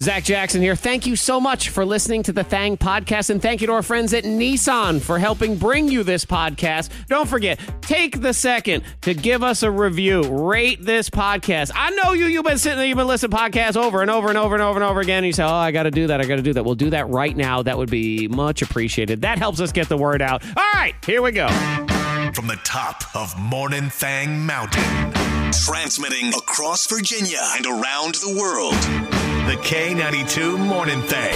Zach Jackson here. Thank you so much for listening to the Thang podcast. And thank you to our friends at Nissan for helping bring you this podcast. Don't forget, take the second to give us a review. Rate this podcast. I know you, you've been sitting there, you've been listening to podcasts over and over and over and over and over again. And you say, oh, I got to do that. I got to do that. We'll do that right now. That would be much appreciated. That helps us get the word out. All right, here we go. From the top of Morning Thang Mountain, transmitting across Virginia and around the world. The K92 Morning Thang.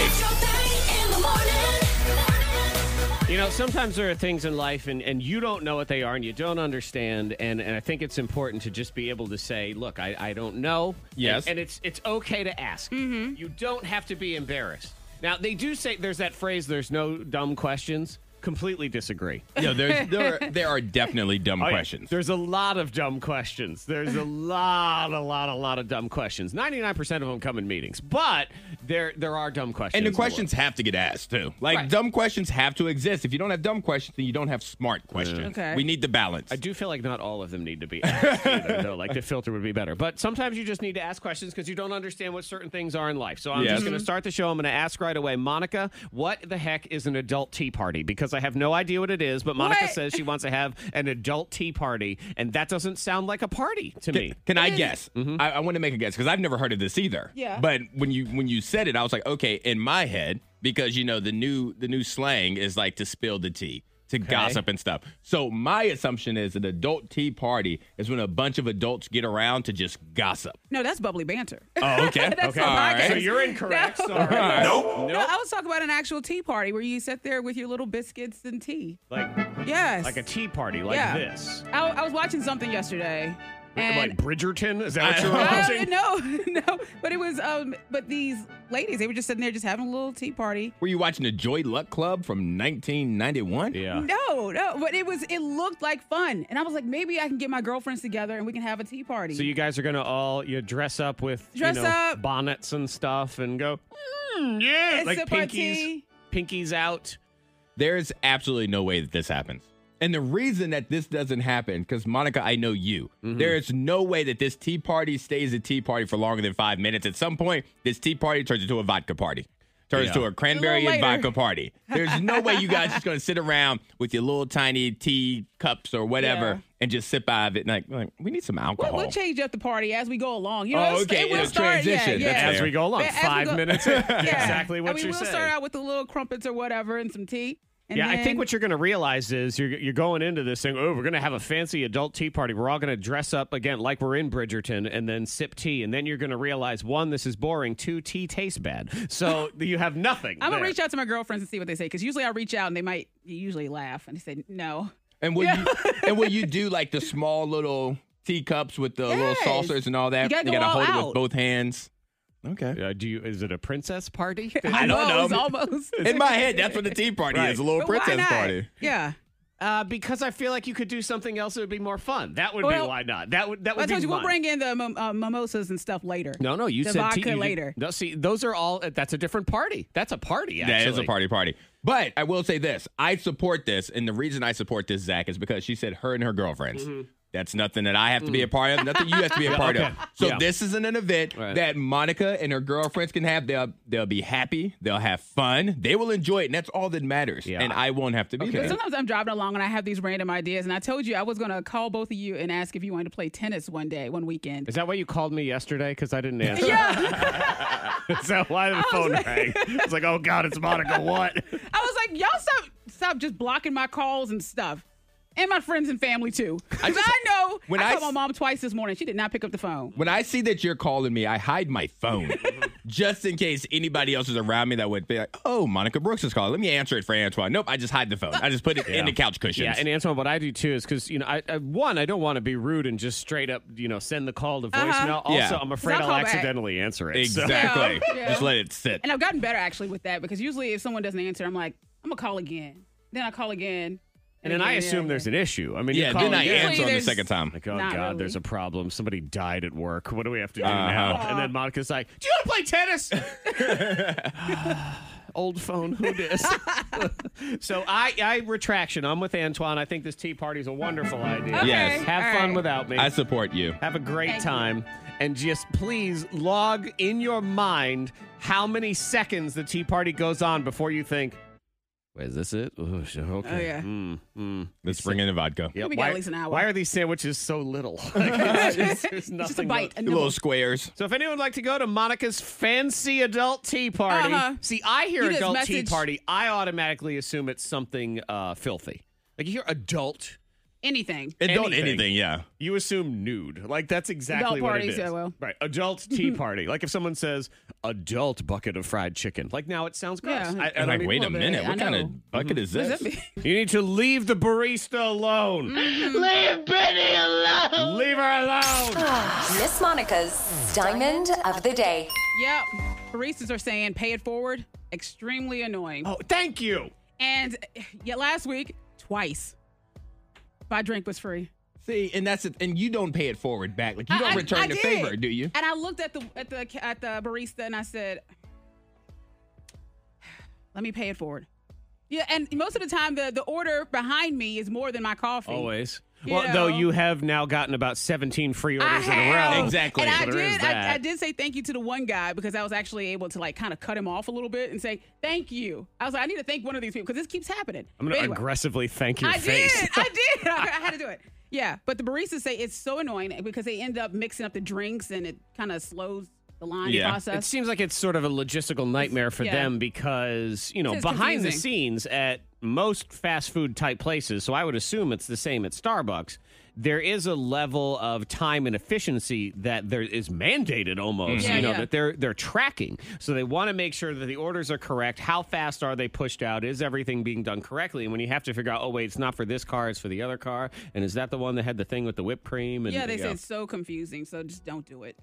You know, sometimes there are things in life and, and you don't know what they are and you don't understand. And, and I think it's important to just be able to say, look, I, I don't know. Yes. And, and it's, it's okay to ask. You don't have to be embarrassed. Now, they do say there's that phrase, there's no dumb questions. Completely disagree. Yeah, there's, there, are, there are definitely dumb Oh, yeah. questions. There's a lot of dumb questions. There's a lot, a lot, a lot of dumb questions. 99% of them come in meetings, but there there are dumb questions. and the in world. questions have to get asked too. Like Right. dumb questions have to exist. If you don't have dumb questions, then you don't have smart questions. Okay. We need the balance. I do feel like not all of them need to be asked either, though. Like the filter would be better. But sometimes you just need to ask questions because you don't understand what certain things are in life. So I'm Yes. just going to start the show. I'm going to ask right away, Monica, what the heck is an adult tea party? Because I have no idea what it is, but Monica What? says she wants to have an adult tea party, and that doesn't sound like a party to me. Mm-hmm. Can I guess? I, I want to make a guess because I've never heard of this either. Yeah. But when you when you said it, I was like, okay, in my head, because you know the new the new slang is like to spill the tea, to gossip and stuff. So my assumption is an adult tea party is when a bunch of adults get around to just gossip. No, that's bubbly banter. Oh, okay. That's okay. what I guess. So you're incorrect. Sorry. Nope. No, I was talking about an actual tea party where you sit there with your little biscuits and tea. Like, Yes. like a tea party, like Yeah. this. I, I was watching something yesterday. And like Bridgerton? Is that what I- you're I- watching? Uh, no, no, but it was um, but these ladies, they were just sitting there, just having a little tea party. Were you watching the Joy Luck Club from 1991? Yeah. No, no, but it was, it looked like fun, and I was like, maybe I can get my girlfriends together and we can have a tea party. So you guys are gonna all you dress up with Dress you know, up. bonnets and stuff and go "Mm, yeah And like sip our pinkies tea. pinkies out. There's absolutely no way that this happens. And the reason that this doesn't happen, because Monica, I know you, Mm-hmm. there is no way that this tea party stays a tea party for longer than five minutes. At some point, this tea party turns into a vodka party, turns Yeah. to a cranberry and later. vodka party. There's no way you guys just gonna sit around with your little tiny tea cups or whatever Yeah. and just sip out of it. And like, like, we need some We'll, alcohol. Oh. we'll change up the party as we go along. You know, Oh, it's- okay, It will it'll start, transition. Yeah, That's yeah. As we go along, As we five go- minutes. in. Yeah. Exactly what I mean, you're we'll saying. start out with the little crumpets or whatever and some tea. And yeah, I then- think what you're going to realize is you're, you're going into this thing. Oh, we're going to have a fancy adult tea party. We're all going to dress up again like we're in Bridgerton and then sip tea. And then you're going to realize one, this is boring. Two, tea tastes bad. So you have nothing. I'm gonna there. reach out to my girlfriends and see what they say because usually I reach out and they might usually laugh and they say no. And will you and will you do like the small little teacups with the little Yes. saucers and all that? You gotta you go gotta all hold it out. with both hands. Okay. Uh, do you? Is it a princess party? I don't know. almost, Almost. In my head, that's what the tea party Right. is—a little But why princess not? party. Yeah. Uh, because I feel like you could do something else that would be more fun. That would be Well, why not. That would that would I told be you mine. we'll bring in the mim- uh, mimosas and stuff later. no, no, you the said vodka tea, you did- later. No, see, those are all. That's a different party. That's a party. Actually. That is a party party. But I will say this: I support this, and the reason I support this, Zach, is because she said her and her girlfriends. Mm-hmm. That's nothing that I have to be Mm. a part of. Nothing you have to be a part okay. of. So Yeah. this isn't an event Right. that Monica and her girlfriends can have. They'll they'll be happy. They'll have fun. They will enjoy it, and that's all that matters. Yeah. And I won't have to be there. Sometimes I'm driving along and I have these random ideas, and I told you I was gonna call both of you and ask if you wanted to play tennis one day, one weekend. Is that why you called me yesterday? Because I didn't answer. Yeah, is that why the phone rang? It's like, oh God, it's Monica. What? I was like, y'all stop, stop just blocking my calls and stuff, and my friends and family too. 'Cause I, just- know when I I, called s- my mom twice this morning, she did not pick up the phone. When I see that you're calling me, I hide my phone just in case anybody else is around me that would be like, oh, Monica Brooks is calling. Let me answer it for Antoine. Nope, I just hide the phone. I just put it in the couch cushions. Yeah, and Antoine, what I do too is because you know, I, I one, I don't want to be rude and just straight up, you know, send the call to voicemail. Also, Yeah. I'm afraid I'll I'll, Uh-huh. call back. accidentally answer it. So- Exactly. Yeah, yeah. Just let it sit. And I've gotten better actually with that because usually if someone doesn't answer, I'm like, I'm gonna call again. Then I call again. and then I again, assume yeah, there's an issue. I mean, Yeah, you call then I again. Usually answer on the there's- second time. Like, oh Not God, really. there's a problem. Somebody died at work. What do we have to do Uh-huh. now? And then Monica's like, Do you want to play tennis? Old phone, who dis? so I, I retraction. I'm with Antoine. I think this tea party's a wonderful idea. Okay, Yes. all Have fun right. without me. I support you. have a great Thank you. time. and just please log in your mind how many seconds the Tea Party goes on before you think, wait, is this it? Ooh, sh- okay. Oh, yeah. Mm, mm. Let's bring in the vodka. Yep. We got why, at least an hour. Why are these sandwiches so little? There's Just a nothing bite, going- a The little nibble. squares. So if anyone would like to go to Monica's fancy adult tea party, Uh-huh. see, I hear You just adult tea message- party, I automatically assume it's something uh, filthy. Like you hear adult, anything. It don't Anything. anything, yeah. you assume nude. Like that's exactly Adult what it parties, is. yeah, well. Right, adult tea party. Like if someone says adult bucket of fried chicken, like now it sounds gross. Yeah. I, Mm-hmm. I I'm don't like, even- wait a Well, minute, they- what I kind know. of bucket is Does this? that mean- You need to leave the barista alone. Mm-hmm. Leave Benny alone. leave her alone. Miss Monica's Diamond of the Day. Yep. Baristas are saying pay it forward. Extremely annoying. oh, thank you. And yeah, last week, twice, my drink was free. See, and that's it. And you don't pay it forward back. Like you don't I- I- return I the did. favor, do you? And I looked at the at the at the barista and I said, "Let me pay it forward." Yeah, and most of the time, the the order behind me is more than my coffee. Always. You well, though know. you have now gotten about 17 free I orders in a have. row. Exactly. And So I there is did. I, that. I did say thank you to the one guy because I was actually able to like kind of cut him off a little bit and say thank you. I was like, I need to thank one of these people because this keeps happening. I'm going But to anyway. aggressively thank your I face. did. I did. I had to do it. Yeah, but the baristas say it's so annoying because they end up mixing up the drinks and it kind of slows the line Yeah. It process. seems like it's sort of a logistical nightmare for Yeah. them because, you know, It's behind the confusing. scenes at most fast food type places, so I would assume it's the same at Starbucks, there is a level of time and efficiency that there is mandated almost, Mhm. Yeah, you know, yeah. that they're they're tracking. So they want to make sure that the orders are correct, how fast are they pushed out, is everything being done correctly? And when you have to figure out, oh wait, it's not for this car, it's for the other car, and is that the one that had the thing with the whipped cream and yeah, they you say know. it's so confusing, so just don't do it.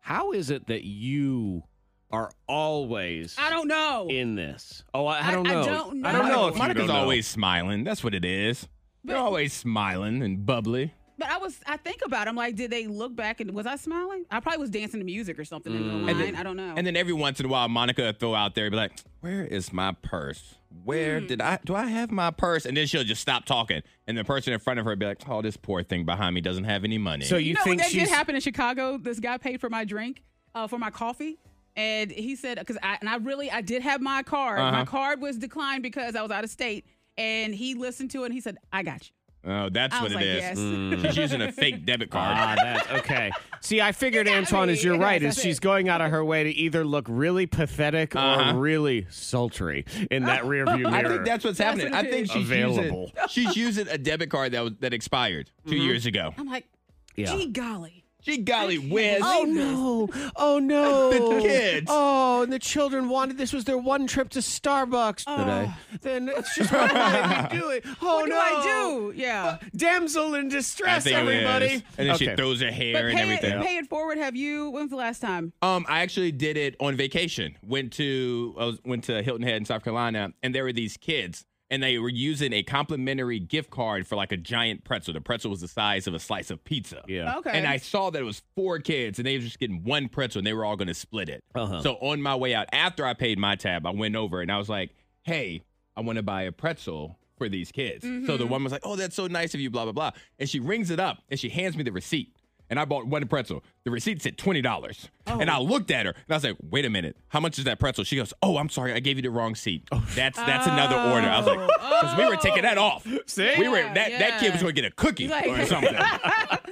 How is it that you are always I don't know. in this? Oh, I, I I- don't I know. don't I don't know. know if Monica- you don't Monica's know. always smiling. That's what it is. They're But- always smiling and bubbly. but I was, I think about. It. I'm like, did they look back and was I smiling? I probably was dancing to music or something in the line. then- I don't know. And then every once in a while, Monica will throw out there and be like, "Where is my purse? Where did I do I have my purse?" And then she'll just stop talking, and the person in front of her will be like, "Oh, this poor thing behind me doesn't have any money." So you, you know, think that she's did happen in Chicago. This guy paid for my drink, uh, for my coffee. And he said, because I, and I really, I did have my card. My card was declined because I was out of state. And he listened to it and he said, I got you. oh, that's I what was it like, is. Mm-hmm. yes. Mm. She's using a fake debit card. Ah, that's okay. See, I figured You got Antoine me. is you're right. Yes, Is that's she's it. going out of her way to either look really pathetic Uh-huh. or really sultry in that rearview mirror? I think that's what's That's happening. what I it think is. she's Available. Using, she's using a debit card that was, that expired 2 years ago. I'm like, Yeah. gee golly. She golly whiz. Oh no! Oh no! The kids. Oh, and the children wanted. This was their one trip to Starbucks today. Then it's just what do I do? It. Oh What no! do I do? Yeah. Damsel in I distress, think everybody. It is. And then she Okay. throws her hair But and pay everything. it, pay it forward. Have you, when was the last time? Um, I actually did it on vacation. Went to I was, went to Hilton Head in South Carolina, and there were these kids, and they were using a complimentary gift card for like a giant pretzel. The pretzel was the size of a slice of pizza. Yeah. Okay. And I saw that it was four kids, and they were just getting one pretzel, and they were all going to split it. Uh-huh. So on my way out, after I paid my tab, I went over and I was like, "Hey, I want to buy a pretzel for these kids." So Mm-hmm. the woman was like, "Oh, that's so nice of you," blah blah blah, and she rings it up and she hands me the receipt, and I bought one pretzel. The receipt said twenty dollars, and Oh. I looked at her and I was like, "Wait a minute, how much is that pretzel?" She goes, "Oh, I'm sorry, I gave you the wrong seat. Oh. That's that's another order." I was like, "Because we were taking that off. See? we were Yeah, that that kid yeah. was going to get a cookie He's like- or something."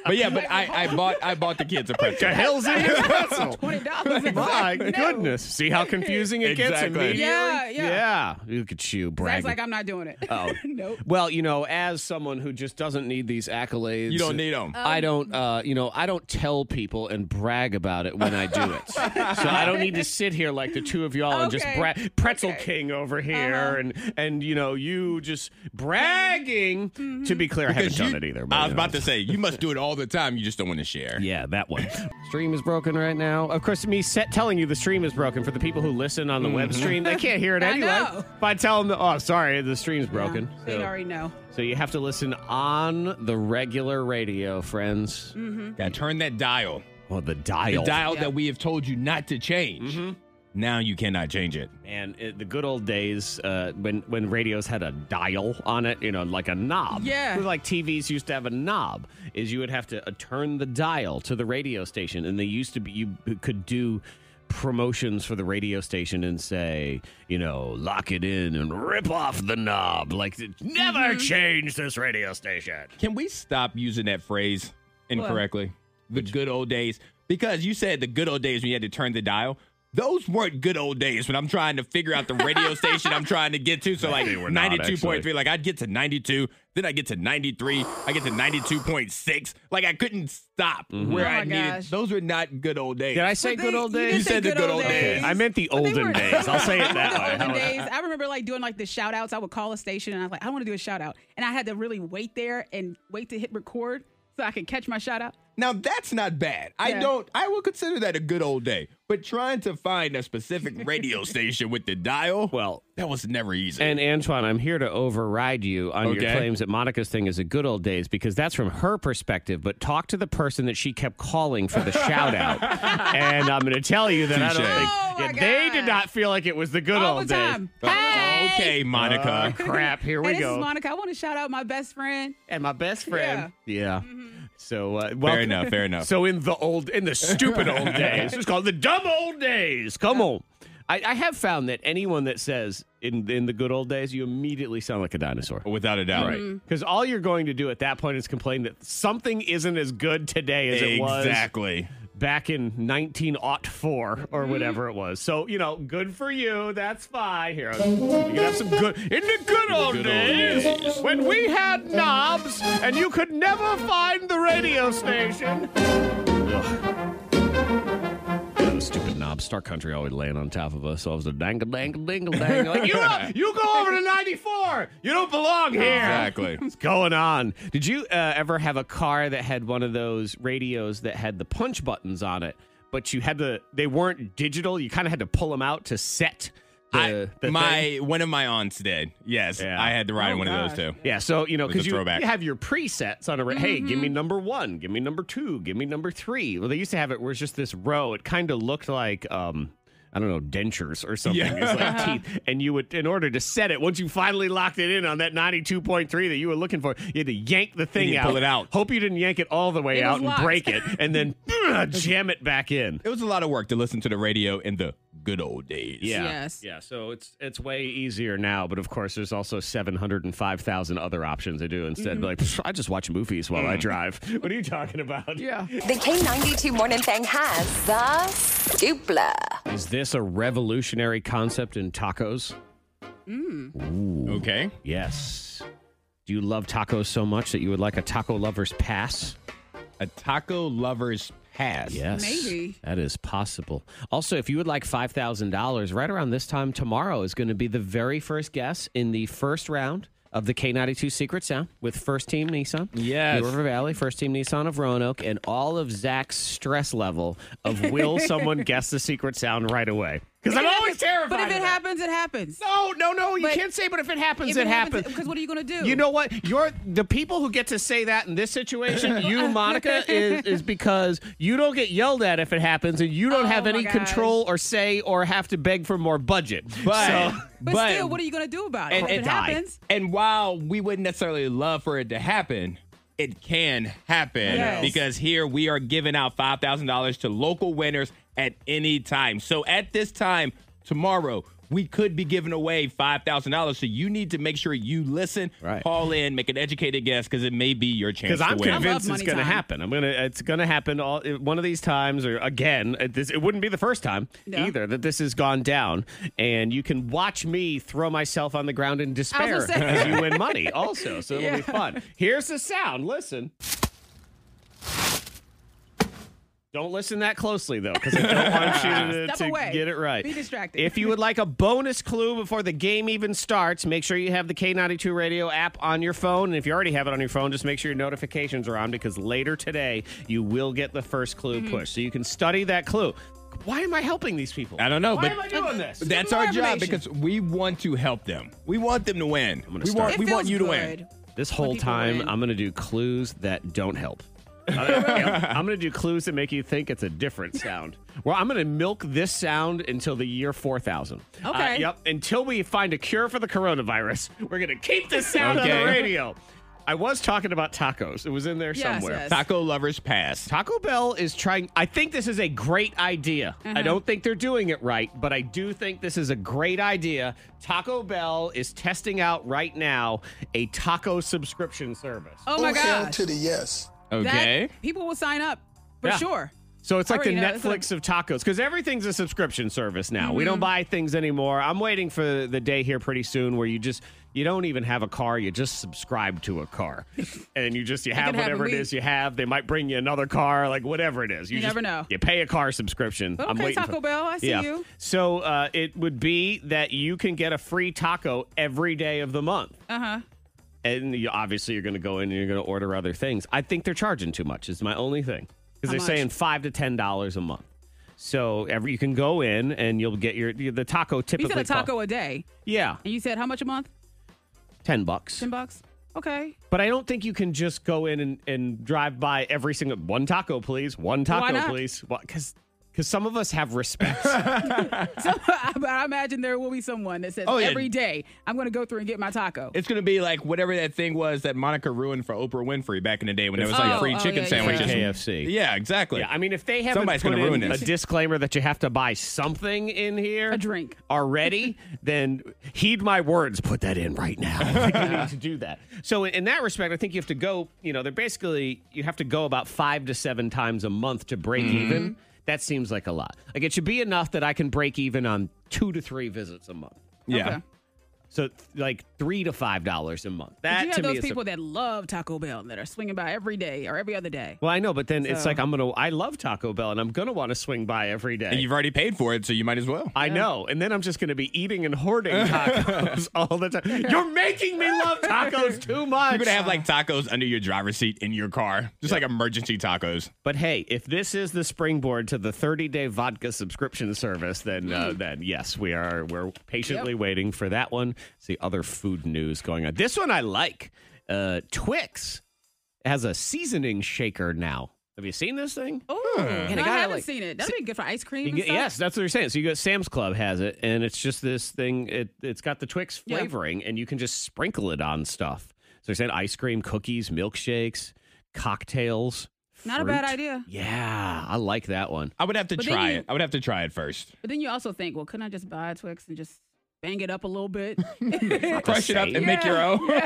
But yeah, but I, I bought I bought the kids a pretzel. Hell's in your pretzel. $20. My goodness! See how confusing it gets Exactly. immediately. Yeah, yeah. Yeah. Look at you That's bragging. like, I'm not doing it. Oh. nope. Well, you know, as someone who just doesn't need these accolades, You don't need 'em. Um, I don't, uh, you know, I don't tell people and brag about it when I do it. so I don't need to sit here like the two of y'all and just Okay. bra- pretzel Okay. Uh-huh. king over here and and you know you just bragging. Mm-hmm. To be clear, I haven't Because you- done it either. I you was know, about to say you must do it all the time. You just don't want to share. yeah, that one. stream is broken right now. Of course, me set telling you the stream is broken for the people who listen on the web stream. They can't hear it Mm-hmm. I anyway. know. If I tell them, oh, sorry, the stream's broken. Yeah, They'd So- already know. so you have to listen on the regular radio, friends. Mm. Now turn that dial, Well, the the dial. Mm-hmm. dial that we have told you not to change. Now you cannot change it. And it, the good old days uh, when when radios had a dial on it, you know, like a knob. Yeah. Like TVs used to have a knob. Is you would have to uh, turn the dial to the radio station, and they used to be you b- could do promotions for the radio station and say, you know, lock it in and rip off the knob, like never Mm-hmm. change this radio station. Can we stop using that phrase incorrectly? The good old days. Because you said the good old days when you had to turn the dial. Those weren't good old days when I'm trying to figure out the radio station I'm trying to get to. So like were not, 92.3, actually. like I'd get to 92, then I get to 93, I get to 92.6. Like I couldn't stop where Oh my I needed. gosh. Those were not good old days. Mm-hmm. Did I say But good they- old you days? did You say said the good old days. I meant the But they olden were- days. I'll say it the that olden way. days. I remember like doing like the shout outs. I would call a station and I was like, I want to do a shout out. And I had to really wait there and wait to hit record so I could catch my shout out. Now that's not bad. I Yeah. don't. I will consider that a good old day. But trying to find a specific radio station with the dial, Well, that was never easy. And Antoine, I'm here to override you on your Okay. claims that Monica's thing is a good old days because that's from her perspective. But talk to the person that she kept calling for the shout out, and I'm going to tell you that I Touche. don't think Oh, my yeah, they did God. not feel like it was the good All old the time. days. Oh, Hey! Oh, okay, Uh, Monica. crap! Here we hey, this is go. Monica. I want to shout out my best friend. and my best friend. Yeah. Mm-hmm. So uh, fair welcome- enough. Fair enough. So in the old, in the stupid old days, it's called the dumb old days. Come on. I, I have found that anyone that says in in the good old days, you immediately sound like a dinosaur. Without a doubt, Mm-hmm. Because all you're going to do at that point is complain that something isn't as good today as it was Exactly. back in 1904 or whatever it was. So, you know, good for you. That's fine. Here, you can have some good. In the good old, old days, when we had knobs and you could never find the radio station. Ugh. Yeah, those Stupid knobs. Star Country always laying on top of us. So I was a dangle, dangle, dangle, dangle. Like, you, up- you go over to 94. You don't belong here. Exactly. What's going on? Did you uh, ever have a car that had one of those radios that had the punch buttons on it, but you had to, they weren't digital? You kind of had to pull them out to set the, I, the my thing? one of my aunts did. Yes, Yeah. I had to ride Oh, one of those gosh. too. Yeah, so, you know, It was a because you, throwback. you have your presets on a, ra- hey, give Mm-hmm. me number one, give me number two, give me number three. Well, they used to have it where it's just this row. It kind of looked like, um, I don't know, dentures or something. Yeah. It's like teeth. And you would, in order to set it, once you finally locked it in on that 92.3 that you were looking for, you had to yank the thing you out. pull it out. Hope you didn't yank it all the way It was out and locked. break it and then jam it back in. It was a lot of work to listen to the radio in the good old days. Yeah. Yes. Yeah. So it's it's way easier now, but of course there's also seven hundred and five thousand other options I do Mm-hmm. instead. Like "Pff, I just watch movies while I drive. What are you talking about? Mm. Yeah. The K92 Morning Thing has the dupla. Is this a revolutionary concept in tacos? Okay. Yes. Do you love tacos so much that you would like a taco lover's pass? A taco lover's pass. Yes. Maybe. That is possible. Also, if you would like $5,000, right around this time tomorrow is going to be the very first guess in the first round of the K92 Secret Sound with First Team Nissan. Yes. New River Valley, First Team Nissan of Roanoke, and all of Zach's stress level of will someone guess the secret sound right away? Because I'm always terrified. But if of it that. happens, it happens. Oh, No, no, no. You But can't say, but if it happens, if it, happens. Because what are you going to do? You know what? You're the people who get to say that in this situation, you, Monica, is is because you don't get yelled at if it happens and you don't Oh, have my any gosh. control or say or have to beg for more budget. But, So- But, still, what are you going to do about it? and- If and it die. happens, And while we wouldn't necessarily love for it to happen, it can happen Yes. because here we are giving out $5,000 to local winners at any time. So at this time tomorrow, we could be giving away $5,000. So you need to make sure you listen, Right. call in, make an educated guess because it may be your chance because to I'm win. I love convinced it's money going to time. happen. I'm gonna, it's going to happen all one of these times or again. It- This, it wouldn't be the first time No. either that this has gone down, and you can watch me throw myself on the ground in despair say- as you win money. Also, so it'll be Yeah. fun. Here's the sound. Listen. Don't listen that closely though, because I don't want you to, Step to away. get it right. Be distracted. If you would like a bonus clue before the game even starts, make sure you have the K92 radio app on your phone. And if you already have it on your phone, just make sure your notifications are on because later today you will get the first clue Mm-hmm. push. So you can study that clue. Why am I helping these people? I don't know, Why but- am I doing this? That's Give me our more job because information. we want to help them. We want them to win. We start. want, it we feels want you to good. win. This whole people time, win. I'm going to do clues that don't help. I'm going to do clues that make you think it's a different sound. Well, I'm going to milk this sound until the year 4000. Uh, Okay. yep. Until we find a cure for the coronavirus, we're going to keep this sound on Okay. the radio. I was talking about tacos. It was in there Yes, somewhere. yes. Taco lovers pass. Taco Bell is trying. I think this is a great idea. Mm-hmm. I don't think they're doing it right, but I do think this is a great idea. Taco Bell is testing out right now a taco subscription service. Oh my gosh. to the yes. That- Okay. people will sign up for Yeah. sure. So it's like the Already know, isn't it? Netflix of tacos because everything's a subscription service now. We Mm-hmm. don't buy things anymore. I'm waiting for the day here pretty soon where you just you don't even have a car, you just subscribe to a car, and you just you have can happen. whatever it We- is you have. They might bring you another car, like whatever it is. You just- never know. You pay a car subscription. I'm okay, waiting for- Taco Bell, I see you. So uh, it would be that you can get a free taco every day of the month. Uh huh. And you, obviously, you're going to go in and you're going to order other things. I think they're charging too much. Is my only thing because they're much? saying five to ten dollars a month. So every you can go in and you'll get your the taco You typically. said a cost- taco a Mm-hmm. day, yeah, and you said how much a month? ten bucks. Ten bucks. Okay. But I don't think you can just go in and, and drive by every single one taco, please, one Why taco, not? please, because because some of us have respect. So I, I imagine there will be someone that says Oh, yeah. every day I'm going to go through and get my taco. It's gonna be like whatever that thing was that Monica ruined for Oprah Winfrey back in the day when there was Oh, like free oh, chicken yeah, yeah, sandwiches. yeah. Free KFC. Yeah, exactly. Yeah, I mean, if they haven't Somebody's put gonna ruin in a this. disclaimer that you have to buy something in here, A drink. already, then heed my words. Put that in right now. Like, you need to do that. So, in, in that respect, I think you have to go. You know, they're basically you have to go about five to seven times a month to break Mm-hmm. even. That seems like a lot. Like it should be enough that I can break even on two to three visits a month. yeah. Okay. So, th- like three to five dollars a month. That you to have me those is a- people that love Taco Bell that are swinging by every day or every other day. well, I know, but then it's So- like I'm gonna. I love Taco Bell, and I'm gonna want to swing by every day. And you've already paid for it, so you might as well. I know. And then I'm just going to be eating and hoarding tacos all the time. You're making me love tacos too much. You're gonna have like tacos under your driver's seat in your car, just like emergency tacos. but hey, if this is the springboard to the 30 day vodka subscription service, then uh, Mm. then yes, we are we're patiently waiting for that one. It's the other food news going on. This one I like. Uh, Twix has a seasoning shaker now. Have you seen this thing? Oh, And no, I I gotta, haven't like, seen it. That'd be good for ice cream. You and get- stuff. yes, that's what you're saying. So you go, Sam's Club has it, and it's just this thing. It it's got the Twix Yeah. flavoring, and you can just sprinkle it on stuff. So they're saying ice cream, cookies, milkshakes, cocktails. Not a bad fruit. idea. Yeah, I like that one. I would have to But then try you- it. I would have to try it first. But then you also think, well, couldn't I just buy a Twix and just bang it up a little bit? Crush it up same. and make your own.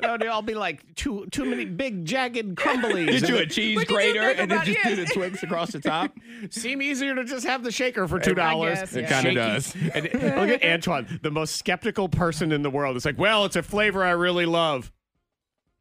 No, they all be like too too many big jagged crumblies. Get you a It cheese But did you grater think and then about- just yeah. do the Twix across the top. seem easier to just have the shaker for two dollars. guess, It yeah. kinda Shaky. does. And it- look at Antoine, the most skeptical person in the world. It's like, well, it's a flavor I really love.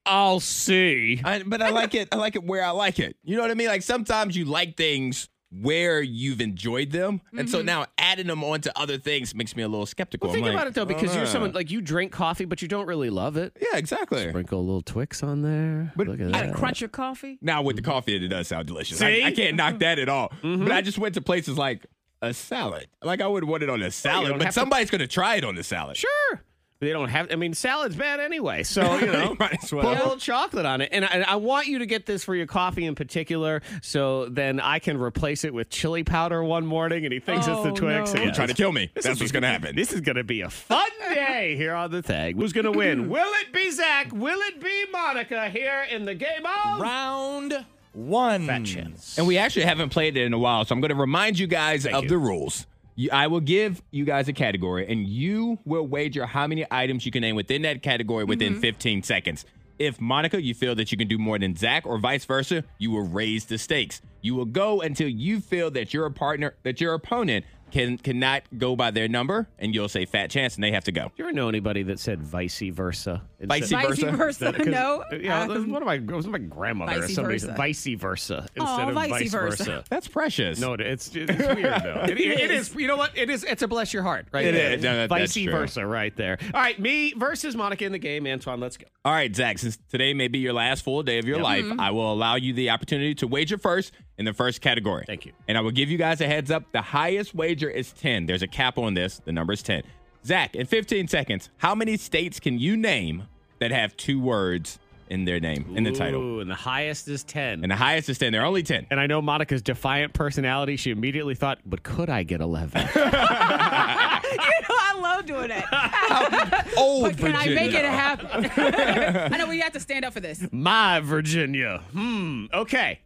I'll see. I, but I like it. I like it where I like it. You know what I mean? Like sometimes you like things where you've enjoyed them, and so now adding them onto other things makes me a little skeptical. Mm-hmm. Well, I'm think like, about it though, I don't because you're know. someone like you drink coffee, but you don't really love it. yeah, exactly. Sprinkle a little Twix on there. But- Look You at gotta that. crunch your coffee. Now with the coffee, it does sound delicious. See? Mm-hmm. I, I can't knock that at all. But I just went to places like a salad. Like I would want it on a salad, don't have but to- somebody's going to try it on the salad. Sure. They don't have. I mean, salad's bad anyway, so you know. might as Put a little well. chocolate on it, and I, and I want you to get this for your coffee in particular, so then I can replace it with chili powder one morning, and he thinks it's the Oh, Twix. no. Yeah. You're trying to kill me. That's what's going to happen. This is going to be a fun day here on the thing. Who's going to win? Will it be Zach? Will it be Monica? Here in the game of Round one. chance. And we actually haven't played it in a while, so I'm going to remind you guys of you. the rules. You, I will give you guys a category, and you will wager how many items you can name within that category within 15 seconds. If Monica, you feel that you can do more than Zach, or vice versa, you will raise the stakes. You will go until you feel that your partner, that your opponent, can cannot go by their number, and you'll say "fat chance," and they have to go. You ever know anybody that said vice versa? instead- Vice Vice versa? versa. That- 'cause- No. Yeah, Uh, that was one of my it was my grandmother or Vice somebody said versa. vice versa instead Aw, of vice vice versa. versa. That's precious. No, it- it's it's weird though. It- it is. You know what? It is. It's a bless your heart, right? It there. is. No, that- vice that's true. versa, right there. All right, me versus Monica in the game. Antoine, let's go. All right, Zach, since today may be your last full day of your life, Mm-hmm. I will allow you the opportunity to wager first in the first category. Thank you. And I will give you guys a heads up the highest wager is 10. There's a cap on this, the number is 10. Zach, in 15 seconds, how many states can you name that have two words in their name, in the title. Ooh, and the highest is 10. And the highest is 10. There are only 10. And I know Monica's defiant personality, she immediately thought, but could I get 11? you know, I love doing that. Old But can I Virginia. make it happen? I know we have to stand up for this. My Virginia. Hmm. Okay.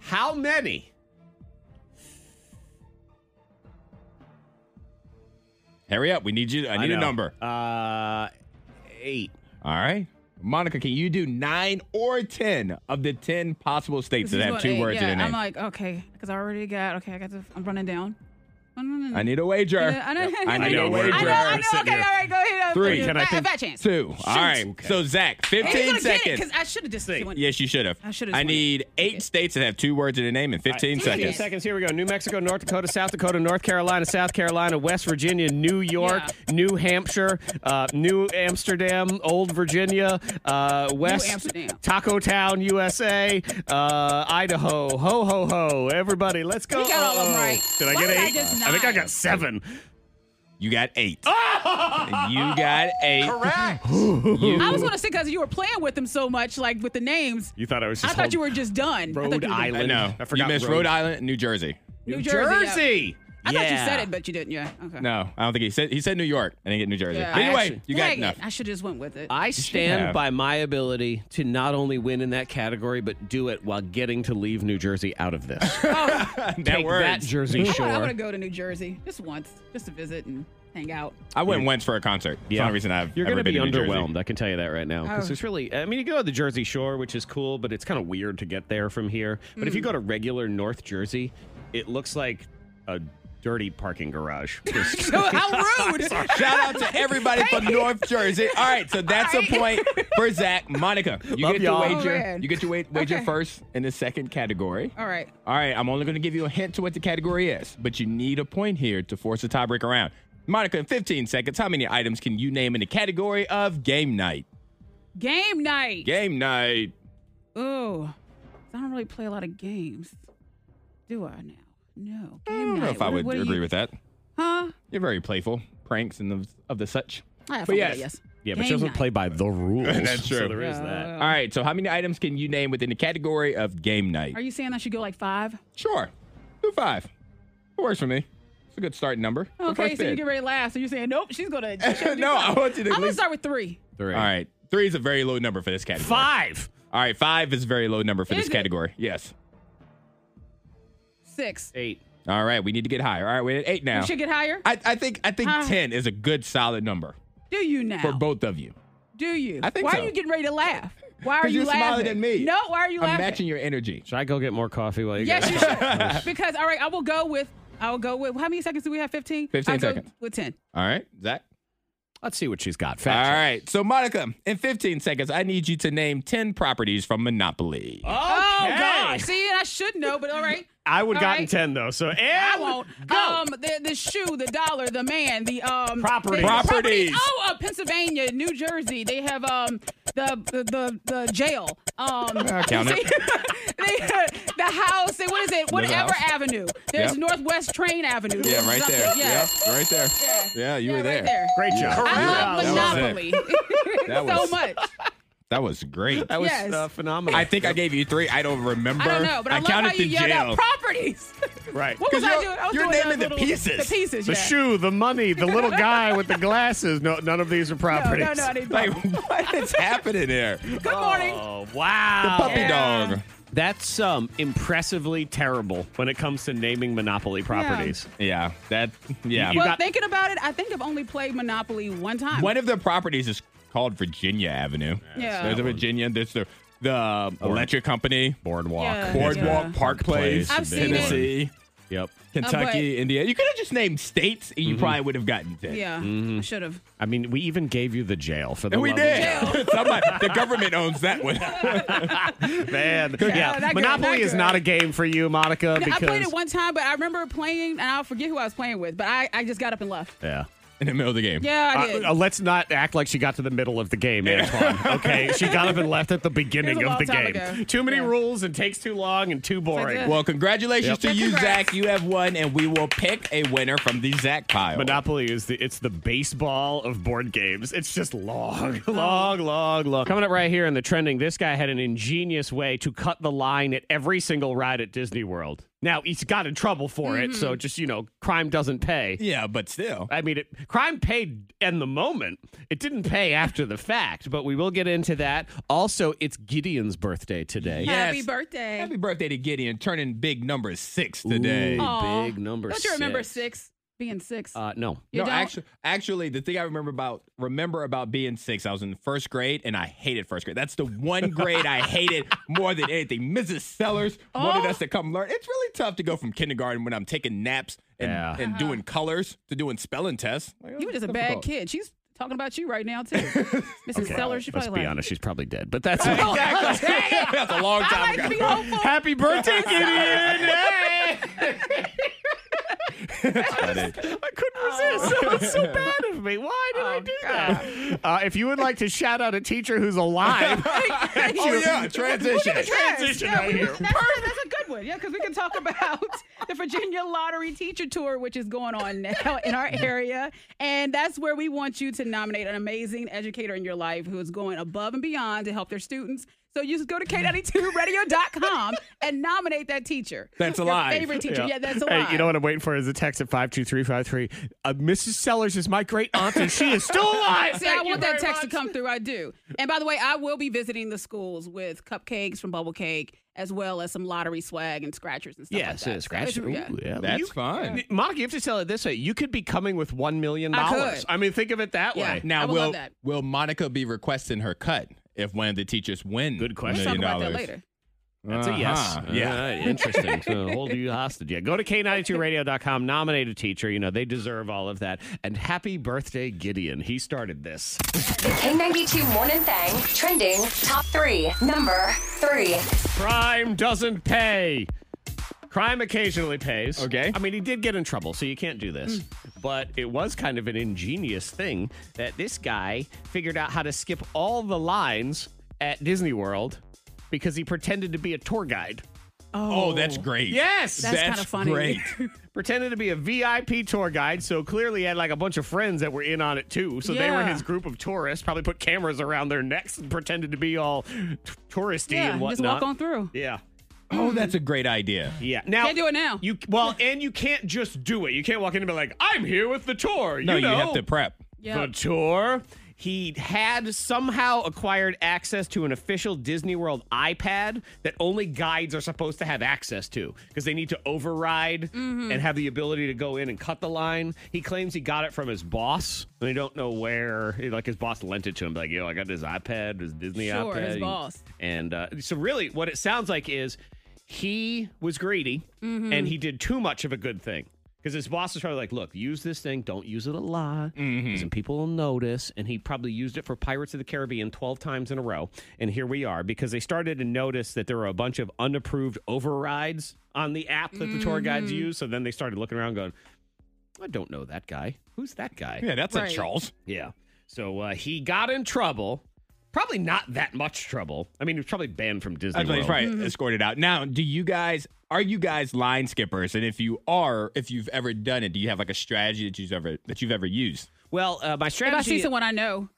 How many? Hurry up. We need you. I need a know. number. Uh, eight. All right. Monica, can you do nine or 10 of the 10 possible states that This is have what- two eh, words yeah, in their I'm name? like, okay, because I already got, okay, I got to, I'm running down. No, no, no, no. I need a wager. Yeah, I know- I need I a know, wager. I know, I know. Okay, all right, go ahead. Three. Uh, Can I fat, think- fat chance. Two. All right. Okay. So, Zach, And 15 he's gonna get it seconds. because I should have just went- Yes, you should have. I should've I just need eight states that have two words in their name in 15 Dang Fifteen seconds. it. seconds. Here we go. New Mexico, North Dakota, South Dakota, North Carolina, South Carolina, West Virginia, New York, Yeah. New Hampshire, uh, New Amsterdam, Old Virginia, uh, West Amsterdam. Taco Town, USA, uh, Idaho. Ho ho ho! Everybody, let's go. We got all of 'em right. Did I Why get did I eight? just think I nine? got seven. You got eight. Oh! you got eight. Correct. You- I was going to say because you were playing with them so much, like with the names. You thought I was I just. thought you were holding- just done. I thought Rhode you were done. Island. I know. I forgot you missed Rhode- Rhode, Island, and New Jersey. New Jersey. Jersey. yeah. I thought you said it, but you didn't. Yeah. Okay. No, I don't think he said. He said New York. I didn't get New Jersey. Yeah. But I anyway, actually- you got Dang it. enough. I should have just went with it. I stand have. by my ability to not only win in that category, but do it while getting to leave New Jersey out of this. Take that works. Jersey I want Shore. to go to New Jersey just once, just to visit and hang out. I went once for a concert. It's the only reason I've You're ever gonna been be to New Jersey. underwhelmed. I can tell you that right now because Oh. it's really. I mean, you go to the Jersey Shore, which is cool, but it's kind of weird to get there from here. But Mm. if you go to regular North Jersey, it looks like a dirty parking garage. Just- How rude! Shout out to everybody from North Jersey. All right, so that's a point for Zach. Monica, you Love get y'all. to Oh, wager. man. you get to wa- wager Okay. first in the second category. All right. All right, I'm only going to give you a hint to what the category is, but you need a point here to force a tiebreaker round. Monica, in 15 seconds, how many items can you name in the category of game night? Game night. Game night. Ooh, I don't really play a lot of games, do I now? No. Game I don't know night. if I What- would what do agree you- with that. Huh? You're very playful. Pranks and of, of the such. I have But fun with yes. it, Uh, yes. yeah, but she Game doesn't night. play by the rules. That's So true. there is that. Oh. All right, so how many items can you name within the category of game night? Are you saying I should go like five? Sure. Do five. It works for me. It's a good start number. for Okay, first so you bid. get ready last. So you're saying nope, she's gonna. she's gonna do No, I five. want you to at I'm gonna least- start with three. Three. All right. Three is a very low number for this category. Five. All right, five is a very low number for Is this it? category. Yes. Six. Eight. All right, we need to get higher. All right, we're at eight now. You should get higher. I, I think I think Huh? ten is a good solid number do you now? for both of you. Do you? I think Why so. are you getting ready to laugh? Why are 'Cause you you're laughing? smaller than me. No, why are you I'm laughing? matching your energy. Should I go get more coffee while you yes, guys? you should. because all right, I will go with. I will go with. How many seconds do we have? Fifteen. 15 I'll go seconds. With ten. All right, Zach. Let's see what she's got. All Fact check. right, so Monica, in 15 seconds, I need you to name 10 properties from Monopoly. Oh Okay. God! See, and I should know, but all right. I would All gotten right. ten though. So and I won't. Um, the, the shoe, the dollar, the man, the um Properties. the- the Properties. Oh, uh, Pennsylvania, New Jersey. They have um the the the, the jail. Um, count it. they, the house. They, what is it? There's a Whatever house. Avenue. There's Yep. Northwest Train Avenue. Yeah, right Something. there. Yeah. Yeah, right there. Yeah, you Yeah, were there. Right there. Great job. I love Yeah, that was Monopoly That so was much. that was great. That was Yes. uh, phenomenal. I think I gave you three. I don't remember. I don't know, but I, love counted how you the yelled jail. out properties. right. What was I you're- doing? I was you're doing those naming the little- pieces. The pieces. The yeah. shoe, the money, the little guy with the glasses. No, none of these are No, properties. no, no, I didn't. like, what is happening there? Good morning. Oh wow! Puppy Yeah. dog. That's um impressively terrible when it comes to naming monopoly properties. Yeah, that. Yeah. You well, got- thinking about it, I think I've only played Monopoly one time. One of the properties is called Virginia Avenue. Yeah. There's a Virginia. There's the the electric company, Boardwalk, Yeah. Boardwalk, Yeah. Park Place, I've seen it. Oh, Tennessee, Yep. Kentucky, Indiana. You could have just named states, and you probably would have gotten ten. yeah, I should have. I mean, we even gave you the jail for the. And we love of did. Somebody, the government owns that one. God. man. Yeah, Yeah, not good, Monopoly not is good. not a game for you, Monica. I Because played it one time, but I remember playing, and I'll forget who I was playing with. But I, I just got up and left. yeah, in the middle of the game. Yeah, I did. Uh, uh, let's not act like she got to the middle of the game, Antoine. okay, she got up and left at the beginning It was a of long the time game. ago. Too many Yeah. rules and takes too long and too boring. that. Well, congratulations Yep. to you, Congrats. Zach. You have won, and we will pick a winner from the Zach pile. Monopoly is the it's the baseball of board games. It's just long, long, long, long. Oh. Coming up right here in the trending, this guy had an ingenious way to cut the line at every single ride at Disney World. Now he's got in trouble for it, so just you know, crime doesn't pay. yeah, but still. I mean, it, crime paid in the moment. It didn't pay after the fact, but we will get into that. Also, it's Gideon's birthday today. Yeah. Happy yes. birthday. Happy birthday to Gideon, turning big number six today. Ooh. Aw. Big number Don't you remember six. six being six? Uh, no. You no, don't? actually, actually, the thing I remember about remember about being six, I was in first grade and I hated first grade. That's the one grade I hated more than anything. Mrs. Sellers wanted Oh. us to come learn. It's really tough to go from kindergarten when I'm taking naps and, Yeah. and doing colors to doing spelling tests. Like, Uh-huh. you were just a that's bad difficult. kid. She's talking about you right now too, Mrs. Sellers. You're Let's probably be like, Oh, honest, she's probably dead, but that's Exactly. That's a long time I like ago. to be hopeful. Happy birthday, Gideon! Hey! I couldn't resist. That was so bad of me. Why did I Oh, do that? Uh, if you would like to shout out a teacher who's alive, Oh yeah, transition. transition yeah, right we- here. That's, that's a good one. Yeah, because we can talk about the Virginia Lottery Teacher Tour, which is going on now in our area. And that's where we want you to nominate an amazing educator in your life who is going above and beyond to help their students. So you just go to K92radio.com and nominate that teacher. That's your alive. favorite teacher. Yeah, that's alive. Hey, you know what I'm waiting for is a text at 52353. Uh, Mrs. Sellers is my great aunt, and she is still alive. See, I want that text to come through. I do. And by the way, I will be visiting the schools with cupcakes from Bubble Cake, as well as some lottery swag and scratchers and stuff. like Yes, that. uh, So scratch. it's- Ooh, yeah. yeah. That's You- fun. N- Monica, you have to sell it this way. You could be coming with $1 million. I I, could. mean, think of it that Yeah. way. Now I would will love that. will Monica be requesting her cut if one of the teachers win? Good We'll question. talk Million about that dollars? later. That's a yes. Uh-huh. Yeah. All right, interesting. So hold you hostage. Yeah. Go to K92radio.com, nominate a teacher. You know, they deserve all of that. And happy birthday, Gideon. He started this. The K92 Morning Thang trending top three. Number three. Crime doesn't pay. Crime occasionally pays. Okay. I mean, he did get in trouble, so you can't do this. But it was kind of an ingenious thing that this guy figured out how to skip all the lines at Disney World because he pretended to be a tour guide. Oh, that's great. Yes. That's kinda funny. Great. pretended to be a VIP tour guide, so clearly had like a bunch of friends that were in on it too. So they were Yeah. his group of tourists. Probably put cameras around their necks and pretended to be all t- touristy Oh, Yeah, and just whatnot. walk on through. Yeah. oh, that's a great idea. Yeah. Now Can't do it now. You well, and you can't just do it. You can't walk in and be like, "I'm here with the tour." No, you, you, know, have to prep. Yeah. the tour. He had somehow acquired access to an official Disney World iPad that only guides are supposed to have access to because they need to override Mm-hmm. and have the ability to go in and cut the line. He claims he got it from his boss, and I don't know where. Like his boss lent it to him, like, "Yo, I got this iPad, this Disney Sure, iPad." his boss. And uh, so, really, what it sounds like is he was greedy and he did too much of a good thing. Because his boss was probably like, look, use this thing. Don't use it a lot. And people will notice. And he probably used it for Pirates of the Caribbean 12 times in a row. And here we are because they started to notice that there were a bunch of unapproved overrides on the app that the tour guides use. So then they started looking around going, I don't know that guy. Who's that guy? Yeah, that's a Right. Charles. Yeah. So uh, he got in trouble. Probably not that much trouble. I mean, he was probably banned from Disney That's why World. he's probably Mm-hmm. escorted out. Now, do you guys are you guys line skippers? And if you are, if you've ever done it, do you have like a strategy that you've ever that you've ever used? Well, uh, my If strategy. I see someone I know,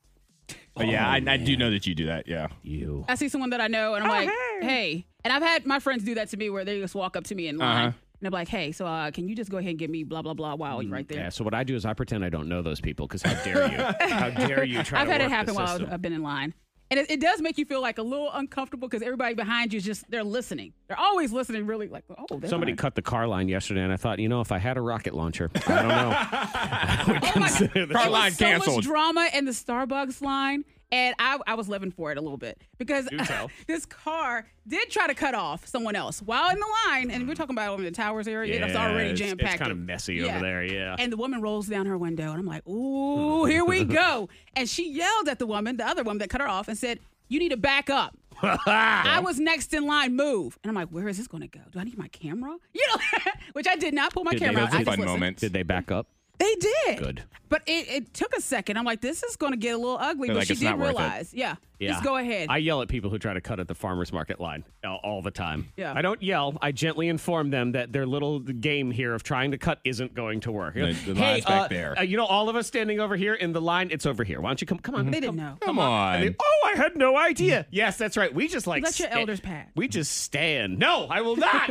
But yeah, I, I do know that you do that. Yeah. you. I see someone that I know, Oh, and I'm like, hey. And I've had my friends do that to me where they just walk up to me in Uh-huh. line. And I'm like, hey, so uh, can you just go ahead and get me blah, blah, blah while you're right there? Yeah. So what I do is I pretend I don't know those people because how dare you? how dare you try? I've to had it work the happen while I was- system. I've been in line. And it, it does make you feel like a little uncomfortable because everybody behind you is just, they're listening. They're always listening, really like, oh, they're Somebody on. cut the car line yesterday, and I thought, you know, if I had a rocket launcher, I don't know. Oh my God. Consider that. Car There line was so canceled. much drama in the Starbucks line, and I, I was living for it a little bit because tell. this car did try to cut off someone else while in the line, and we're talking about over in the towers area. it's already it's- jam It's packed. kind of messy over there. Yeah. And the woman rolls down her window, and I'm like, "Ooh, here we go!" And she yelled at the woman, the other woman that cut her off, and said, "You need to back up." I was next in line. Move. And I'm like, "Where is this going to go? Do I need my camera?" You know, which I did not pull my Did they- camera. Those out. are I just fun listened. moments. Did they back up? They did. Good. But it, it took a second. I'm like, this is going to get a little ugly. They're but like, she "It's did not worth it." realize. Yeah. Just go ahead. I yell at people who try to cut at the farmer's market line all, all the time. Yeah. I don't yell. I gently inform them that their little game here of trying to cut isn't going to work. The- hey, the line's back uh, there." uh, you know, all of us standing over here in the line, it's over here. Why don't you come? Come on. they didn't know. Come on. They- oh, I had no idea. Mm-hmm. Yes, that's right. We just like Let your sta- elders pass. We just stand. No, I will not.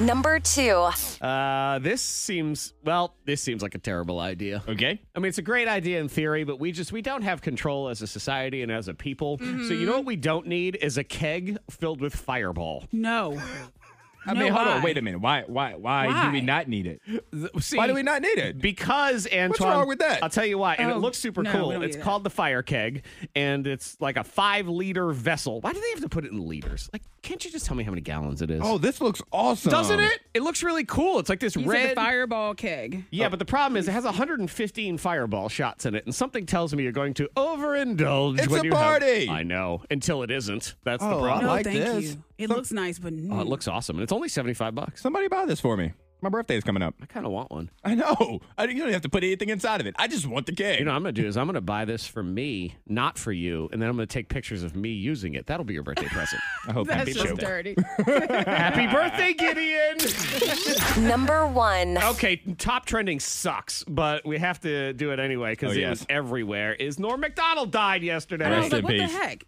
Number two. uh, this seems well. This seems like a terrible idea. okay. I mean, it's a great idea in theory, but we just we don't have control as a society and as a people. So you know what we don't need is a keg filled with Fireball. No. I No, mean, hold on. why? Wait a minute. Why? Why? Why, do Why? we not need it? See, Why do we not need it? Because Antoine, wrong with that? I'll tell you why. And it Oh, looks super no, we cool. don't It's need that. called the fire keg, and it's like a five liter vessel. Why do they have to put it in liters? Like, can't you just tell me how many gallons it is? oh, this looks awesome. doesn't it? It looks really cool. It's like this You said red the fireball keg. Yeah, but the problem is it has 115 fireball shots in it, and something tells me you're going to overindulge. It's when a you have- party! I know. Until it isn't. That's the Oh, problem. No, like thank this. you. It looks nice, but Oh, no. it looks awesome, and it's only 75 bucks. Somebody buy this for me. My birthday is coming up. I kind of want one. I know. I, you don't have to put anything inside of it. I just want the cake. You know, what I'm going to do is I'm going to buy this for me, not for you, and then I'm going to take pictures of me using it. That'll be your birthday present. I hope That's you just choke. dirty. Happy birthday, Gideon! Number one. Okay, top trending sucks, but we have to do it anyway because Oh, it yes. was everywhere. Is Norm Macdonald died yesterday? I was Rest like, in what the peace. heck?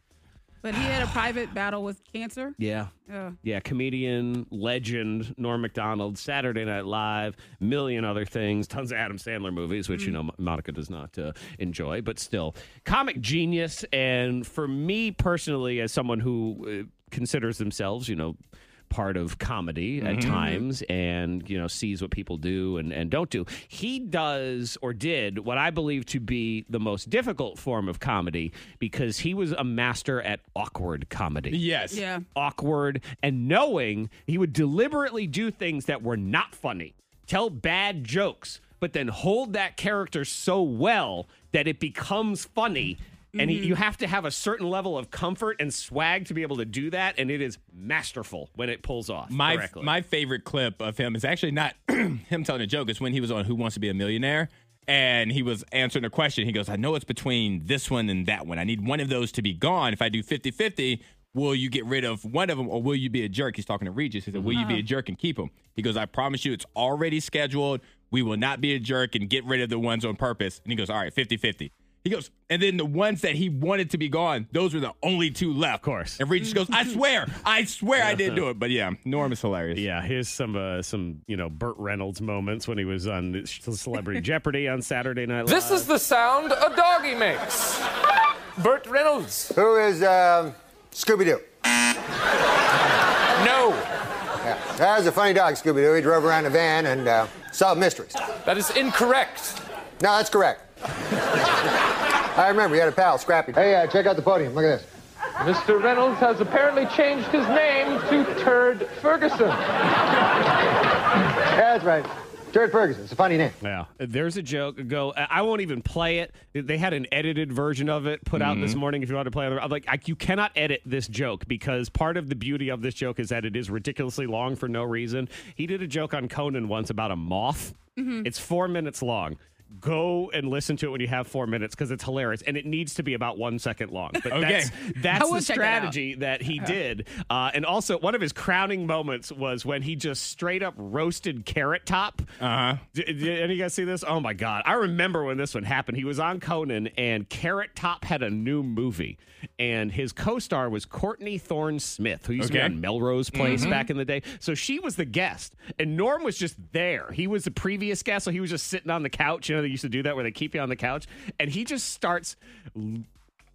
But he had a private battle with cancer. Yeah. Yeah. Yeah, comedian, legend, Norm MacDonald, Saturday Night Live, million other things, tons of Adam Sandler movies, which, you know, Monica does not uh, enjoy, but still. Comic genius. And for me personally, as someone who uh, considers themselves, you know, part of comedy at times and, you know, sees what people do and, and don't do, he does or did what I believe to be the most difficult form of comedy because he was a master at awkward comedy Yes. Yeah. awkward and knowing he would deliberately do things that were not funny, tell bad jokes, but then hold that character so well that it becomes funny. And he, you have to have a certain level of comfort and swag to be able to do that, and it is masterful when it pulls off My correctly. my favorite clip of him is actually not him telling a joke. It's when he was on Who Wants to Be a Millionaire, and he was answering a question. He goes, "I know it's between this one and that one. I need one of those to be gone. If I do 50-50, will you get rid of one of them, or will you be a jerk?" He's talking to Regis. He said, "Will you be a jerk and keep them?" He goes, "I promise you, it's already scheduled. We will not be a jerk and get rid of the ones on purpose." And he goes, "All right, 50-50." He goes, and then the ones that he wanted to be gone, those were the only two left. Of course. And Regis goes, I swear, I swear I didn't do it. But yeah, Norm is hilarious. Yeah, here's some uh, some you know Burt Reynolds moments when he was on Celebrity Jeopardy on Saturday Night Live. This is the sound a doggy makes. Burt Reynolds. Who is um, Scooby Doo? No, That was a funny dog, Scooby Doo. He drove around in a van and uh, solved mysteries. No, that is incorrect. that's correct. I remember you had a pal, Scrappy. Hey, uh, check out the podium. Look at this. Mr. Reynolds has apparently changed his name to Turd Ferguson. Yeah, that's right. Jared Ferguson. It's a funny name. Yeah, there's a joke. Go. I I won't even play it. They had an edited version of it put out this morning. If you want to play it, I'm like, I, you cannot edit this joke because part of the beauty of this joke is that it is ridiculously long for no reason. He did a joke on Conan once about a moth. Mm-hmm. It's four minutes long. Go and listen to it when you have four minutes because it's hilarious and it needs to be about one second long. But Okay. that's I that's will the check it out. strategy that he did. Uh, and also, one of his crowning moments was when he just straight up roasted Carrot Top. Uh huh. Did, did any of you guys see this? Oh my God. I remember when this one happened. He was on Conan, and Carrot Top had a new movie. And his co star was Courtney Thorne Smith, who used to be Okay. on Melrose Place back in the day. So she was the guest, and Norm was just there. He was the previous guest, so he was just sitting on the couch. You know, they used to do that where they keep you on the couch. And he just starts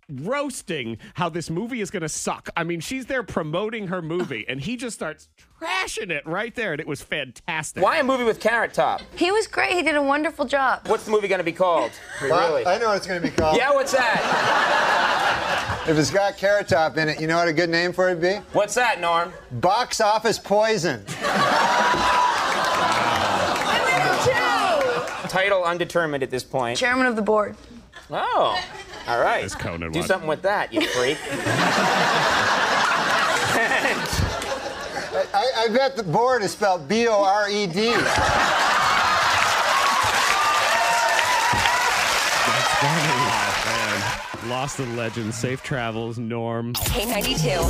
roasting how this movie is going to suck. I mean, she's there promoting her movie, and he just starts trashing it right there, and it was fantastic. Why a movie with Carrot Top? He was great. He did a wonderful job. What's the movie going to be called? Well, I know what it's going to be called. Yeah, what's that? If it's got Carrot Top in it, you know what a good name for it would be? What's that, Norm? Box Office Poison. Title undetermined at this point. Chairman of the board. Oh, all right. That's Conan Do one. something with that, you freak. I, I bet the board is spelled B O R E D. Oh, Lost the legend. Safe travels, Norm. K92.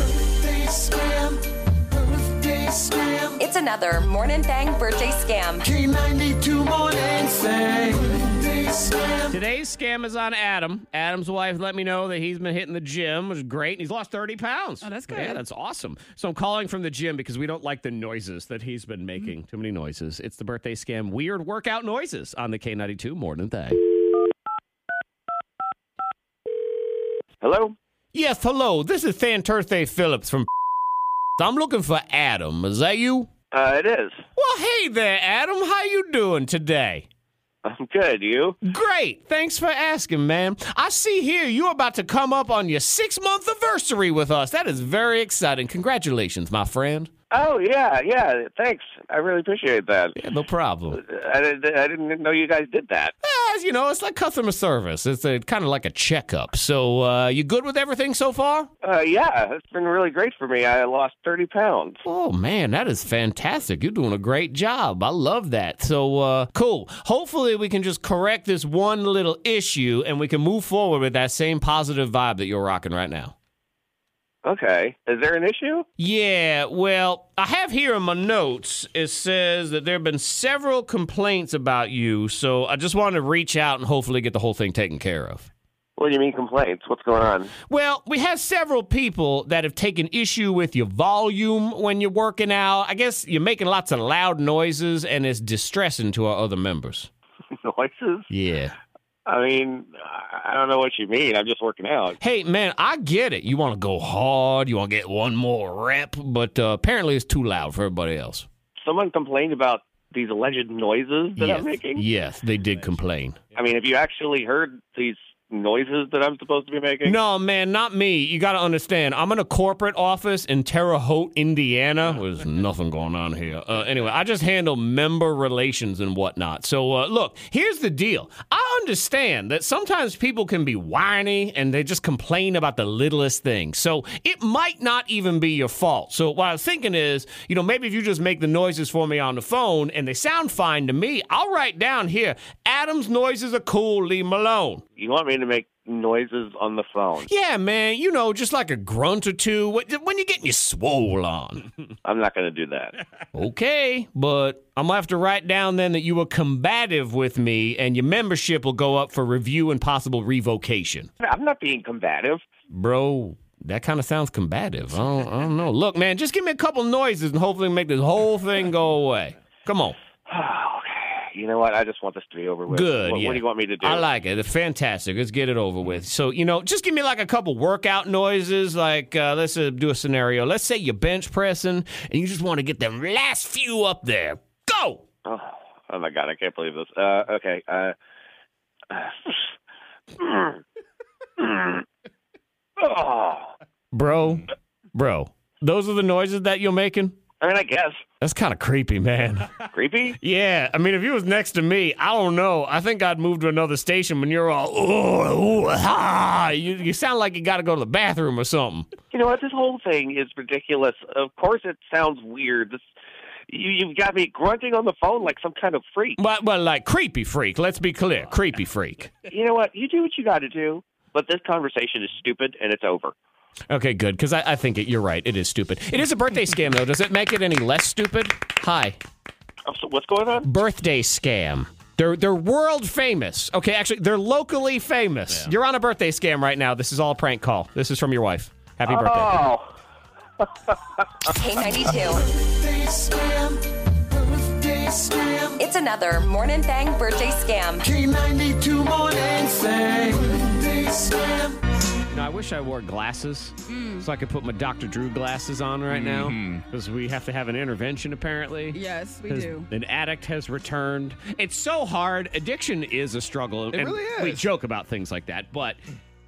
It's another Morning Thang birthday scam. K92 Morning Today's scam is on Adam. Adam's wife let me know that he's been hitting the gym, which is great, and he's lost 30 pounds. Oh, that's good. Yeah, that's awesome. So I'm calling from the gym because we don't like the noises that he's Mm-hmm. been making. Too many noises. It's the birthday scam weird workout noises on the K92 Morning Thang. Hello? Yes, hello. This is Fanturthe Phillips from. I'm looking for Adam. Is that you? Uh, it is. Well, hey there, Adam. How you doing today? I'm good. You? Great. Thanks for asking, man. I see here you're about to come up on your six month anniversary with us. That is very exciting. Congratulations, my friend. Oh yeah, yeah. Thanks. I really appreciate that. No problem. I, didn't- I didn't know you guys did that. As you know, it's like customer service. It's a, kind of like a checkup. So, uh, you good with everything so far? Uh, yeah, it's been really great for me. Uh, I lost thirty pounds. Oh man, that is fantastic. You're doing a great job. I love that. So uh cool. Hopefully we can just correct this one little issue and we can move forward with that same positive vibe that you're rocking right now. Okay. Is there an issue? Yeah, well, I have here in my notes it says that there have been several complaints about you, so I just wanted to reach out and hopefully get the whole thing taken care of. What do you mean complaints? What's going on? Well, we have several people that have taken issue with your volume when you're working out. I guess you're making lots of loud noises and it's distressing to our other members. Noises? Yeah. I mean, I I don't know what you mean. I'm just working out. Hey, man, I get it. You want to go hard, you want to get one more rep, but uh, apparently it's too loud for everybody else. Someone complained about these alleged noises that I'm making. Yes, they did complain. I mean, have you actually heard these noises that I'm supposed to be making? No, man, not me. You got to understand. I'm in a corporate office in Terre Haute, Indiana. There's nothing going on here. Uh, anyway, I just handle member relations and whatnot. So, uh, look, here's the deal. I understand that sometimes people can be whiny and they just complain about the littlest thing. So, it might not even be your fault. So, what I was thinking is, you know, maybe if you just make the noises for me on the phone and they sound fine to me, I'll write down here Adam's noises are cool, leave him alone. You want me to make noises on the phone? Yeah, man, you know, just like a grunt or two. Wh- When you're getting your swole on. I'm not going to do that. okay, but I'm going to have to write down then that you were combative with me and your membership will go up for review and possible revocation. I'm not being combative. Bro, that kind of sounds combative. I don't, I don't know. Look, man, just give me a couple noises and hopefully make this whole thing go away. Come on. You know what? I just want this to be over with. Good. What, yeah. what do you want me to do? I like it. Fantastic. Let's get it over with. So, you know, just give me like a couple workout noises. Like, uh, let's uh, do a scenario. Let's say you're bench pressing and you just want to get them last few up there. Go. Oh, oh my god! I can't believe this. Uh, okay. Uh, oh, Bro, bro, those are the noises that you're making? I mean, I guess That's kind of creepy, man. creepy. yeah, I mean, if you was next to me, I don't know. I think I'd move to another station when you're all, oh, ha. You, you sound like you got to go to the bathroom or something. You know what? This whole thing is ridiculous. Of course, it sounds weird. This, you, you've got me grunting on the phone like some kind of freak. But, but like, creepy freak. Let's be clear. Creepy freak. You know what? You do what you got to do. But this conversation is stupid, and it's over. Okay, good. Because I, I think it, you're right. It is stupid. It is a birthday scam, though. Does it make it any less stupid? Hi, Oh, So what's going on? birthday scam. They're they're world famous. Okay, actually, they're locally famous. You're on a birthday scam right now. This is all a prank call. This is from your wife. Happy birthday. Oh. K92. It's another Morning Thang birthday scam. K92 Morning Now, I wish I wore glasses so I could put my Dr. Drew glasses on right now because we have to have an intervention apparently. Yes, we 'Cause do. An addict has returned. It's so hard. Addiction is a struggle. It really is. We joke about things like that, but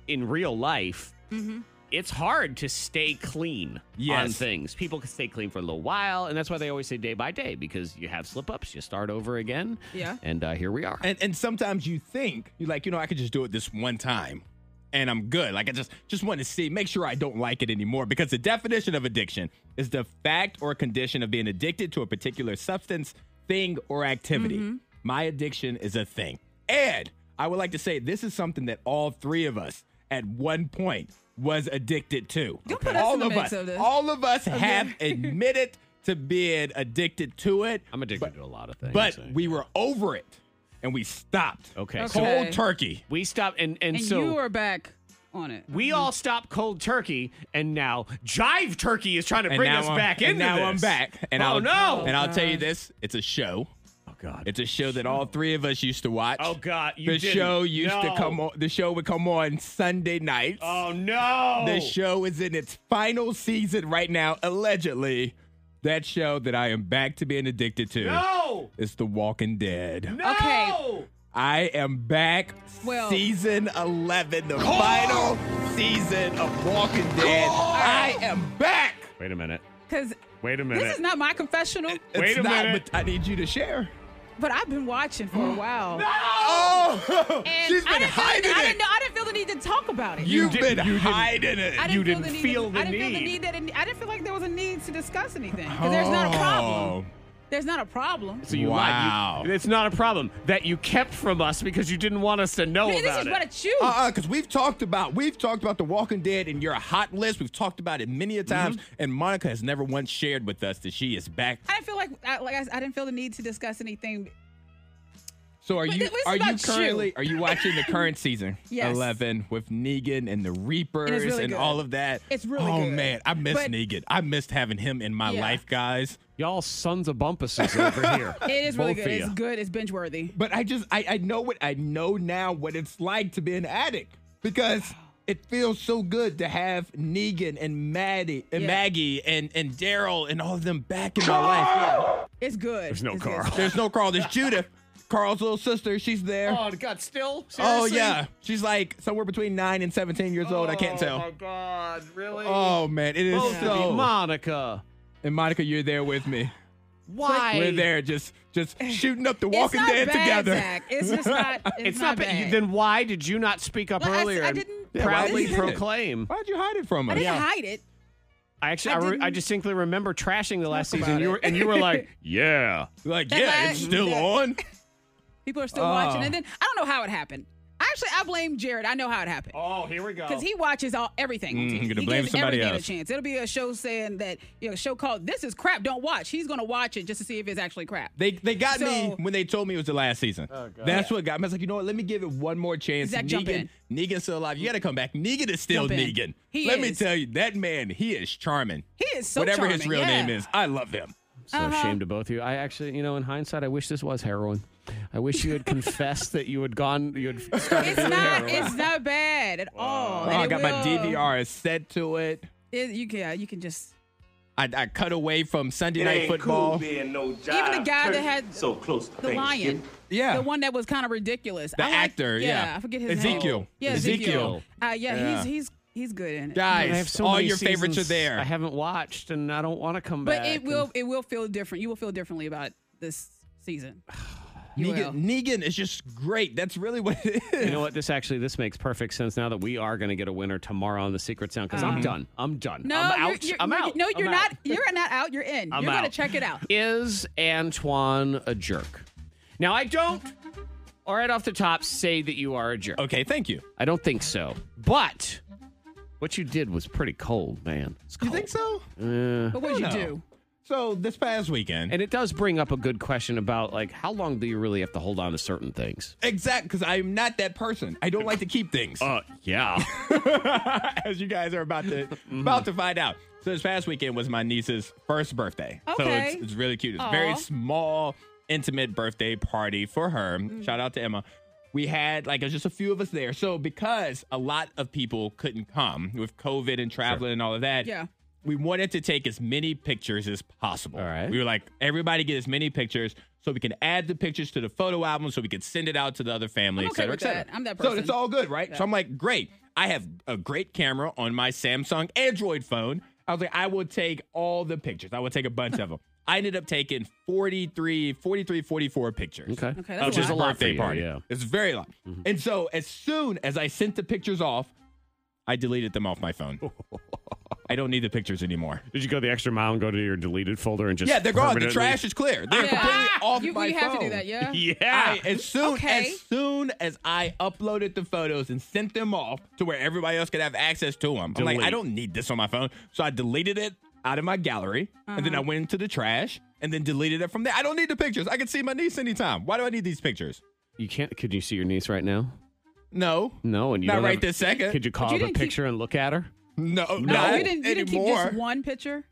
in real life, Mm-hmm. it's hard to stay clean on Yes. things. People can stay clean for a little while, and that's why they always say day by day because you have slip ups, you start over again. Yeah. And uh, here we are. And and sometimes you think you're like, you know, I could just do it this one time, and I'm good. Like I just just want to see, make sure I don't like it anymore. Because the definition of addiction is the fact or condition of being addicted to a Mm-hmm. particular substance, thing, or activity. My addiction is a thing, and I would like to say this is something that all three of us at one point was addicted to. put us all in the of mix us, of this. all of us have admitted to being addicted to it. I'm addicted to a lot of things. But we were over it and we stopped. Okay. Okay. Cold turkey. We stopped and and, And so you are Mm-hmm. back on it. we all stopped cold turkey, and now Jive Turkey is trying to And bring now us I'm- back and into now this. I'm back. And oh I'll, no! And I'll tell you this: it's a show. Oh God! It's a show that all three of us used to watch. Oh God! You the didn't. show used No. to come on. The show would come on Sunday nights. Oh no! The show is in its final season right now, allegedly. That show that I am back to being addicted to No! is The Walking Dead. No! Okay. I am back. Well- season 11, the final season of Walking Dead. I am back. Wait a minute. Because Wait a minute. this is not my confessional, Wait It's a not, minute. But I need you to share. but I've been watching for a while. Oh, And she's I been didn't feel- hiding I it. didn't, know, I didn't feel the need to talk about it. You've You been didn't- you didn't- hidn't it. I didn't You feel didn't the need feel the I didn't feel need. the need that it, I didn't feel like there was a need to discuss anything. 'Cause there's not a problem. There's not a problem. Oh. So you Wow. lied. You- it's not a problem that you kept from us because you didn't want us to know Man, this about is it. what it's you. Uh, uh because we've talked about we've talked about The Walking Dead and your hot list. We've talked about it many a times, Mm-hmm. and Monica has never once shared with us that she is back. I didn't feel like, I, like I, s- I didn't feel the need to discuss anything. So are But you it was are you about you. currently are you watching the current season Yes. eleven with Negan and the Reapers And it's really and good. all of that? It's really oh good. man, I missed But- Negan. I missed having him in my Yeah. life, guys. Y'all sons of bumpuses over here. It is really Both good. of It's ya. good. It's binge worthy. But I just I, I know what I know now what it's like to be an addict because it feels so good to have Negan and Maddie and Yeah. Maggie and and Daryl and all of them back in my life. It's good. There's no It's good. Carl. There's no Carl. There's Judith, Carl's little sister. She's there. Oh God! Still? Oh Seriously? yeah, she's like somewhere between nine and seventeen years old. I can't Oh my tell. God! Really? Oh man, it is Both of you, so. Monica. and Monica, you're there with me. Why? We're there, just just shooting up the It's Walking not Dead bad, together. Zach. It's just not. It's, It's, not bad. bad. Then why did you not speak up Well, I s- earlier? I and didn't- Yeah, why proudly did you hide it? proclaim. Why'd you hide it from us? I didn't hide it. I actually, I, I re- I didn't distinctly remember trashing the last talk season. about You it. were, and you were like, "Yeah." Like, That's yeah, why it's I- still that- on. People are still watching. Oh. And then I don't know how it happened. Actually, I blame Jared. I know how it happened. Oh, here we go. Because he watches all everything. on Mm, TV. you're gonna he blame gives somebody everything else. a chance. It'll be a show saying that you know, a show called "This is crap, don't watch." He's gonna watch it just to see if it's actually crap. They they got me So- when they told me it was the last season. That's what got me. I was like, you know what? Let me give it one more chance. Zach, Negan, jump in. Negan's still alive. You got to come back. Negan is still Jump in. Negan. He Let me is. tell you, that man, he is charming. he is so Whatever charming. his real yeah. name is, I love him. so ashamed of both of you. I actually, you know, in hindsight, I wish this was heroin. I wish you had confessed that you had gone. You had started It's doing not. heroin. It's not bad at all. Oh, And I it got my will- DVR set to it. It, you can. Yeah, you can just. I, I cut away from Sunday Night Football. Even the guy that had so close the lion. Yeah. The one that was kind of ridiculous. The I like- actor, yeah, yeah. I forget his name. Ezekiel. Yeah, Ezekiel. Ezekiel. Uh, yeah, Yeah. he's he's he's good in it. I Guys, have so all many your favorites are seasons there. I haven't watched, and I don't want to come back. But it will and- it will feel different. You will feel differently about this season. You will. Negan, Negan is just great. That's really what it is. You know what? This actually this makes perfect sense now that we are going to get a winner tomorrow on the Secret Sound because I'm done. I'm done. No, I'm you're- out. You're, I'm you're- out. No, I'm you're out. not. You're not out. You're in. I'm you're out. gonna check it out. Is Antoine a jerk? Now I don't, or right off the top, say that you are a jerk. Okay, thank you. I don't think so. But what you did was pretty cold, man. It's You cold. think so? But what did you no. do? So this past weekend, And it does bring up a good question about like how long do you really have to hold on to certain things? Exact, because I'm not that person. I don't like to keep things, Uh, yeah. as you guys are about to Mm-hmm. about to find out. So this past weekend was my niece's first birthday. So it's, Okay. it's really cute. It's a Aw. very small, intimate birthday party for her. Mm. Shout out to Emma. We had like it was just a few of us there. So because a lot of people couldn't come with COVID and traveling and all of that, Yeah. we wanted to take as many pictures as possible. All right. We were like, everybody get as many pictures so we can add the pictures to the photo album so we could send it out to the other family, I'm et okay cetera, with et cetera. that. I'm that So person. it's all good, right? So I'm like, great. I have a great camera on my Samsung Android phone. I was like, I will take all the pictures. I will take a bunch of them. I ended up taking 43, 43, 44 pictures. Okay. Okay, that's a Of lot. just a Lot for birthday you, party. yeah. Mm-hmm. It's very long. And so as soon as I sent the pictures off, I deleted them off my phone. I I don't need the pictures anymore. Did you go the extra mile and go to your deleted folder and just yeah, they're gone. The permanently- trash is clear. They're completely off You- my you phone. have to do that, yeah? Yeah. I- as soon Ah, Okay. as soon as I uploaded the photos and sent them off to where everybody else could have access to them, I'm like, I Delete. don't need this on my phone, so I deleted it out of my gallery, and Uh-huh. then I went into the trash and then deleted it from there. I don't need the pictures. I can see my niece anytime. Why do I need these pictures? You can't. Could you see your niece right now? No. No, and you Not don't right have- this second. Could you call But you up a didn't keep- picture and look at her? No, No, not Oh, you didn't. You didn't keep anymore. just one picture.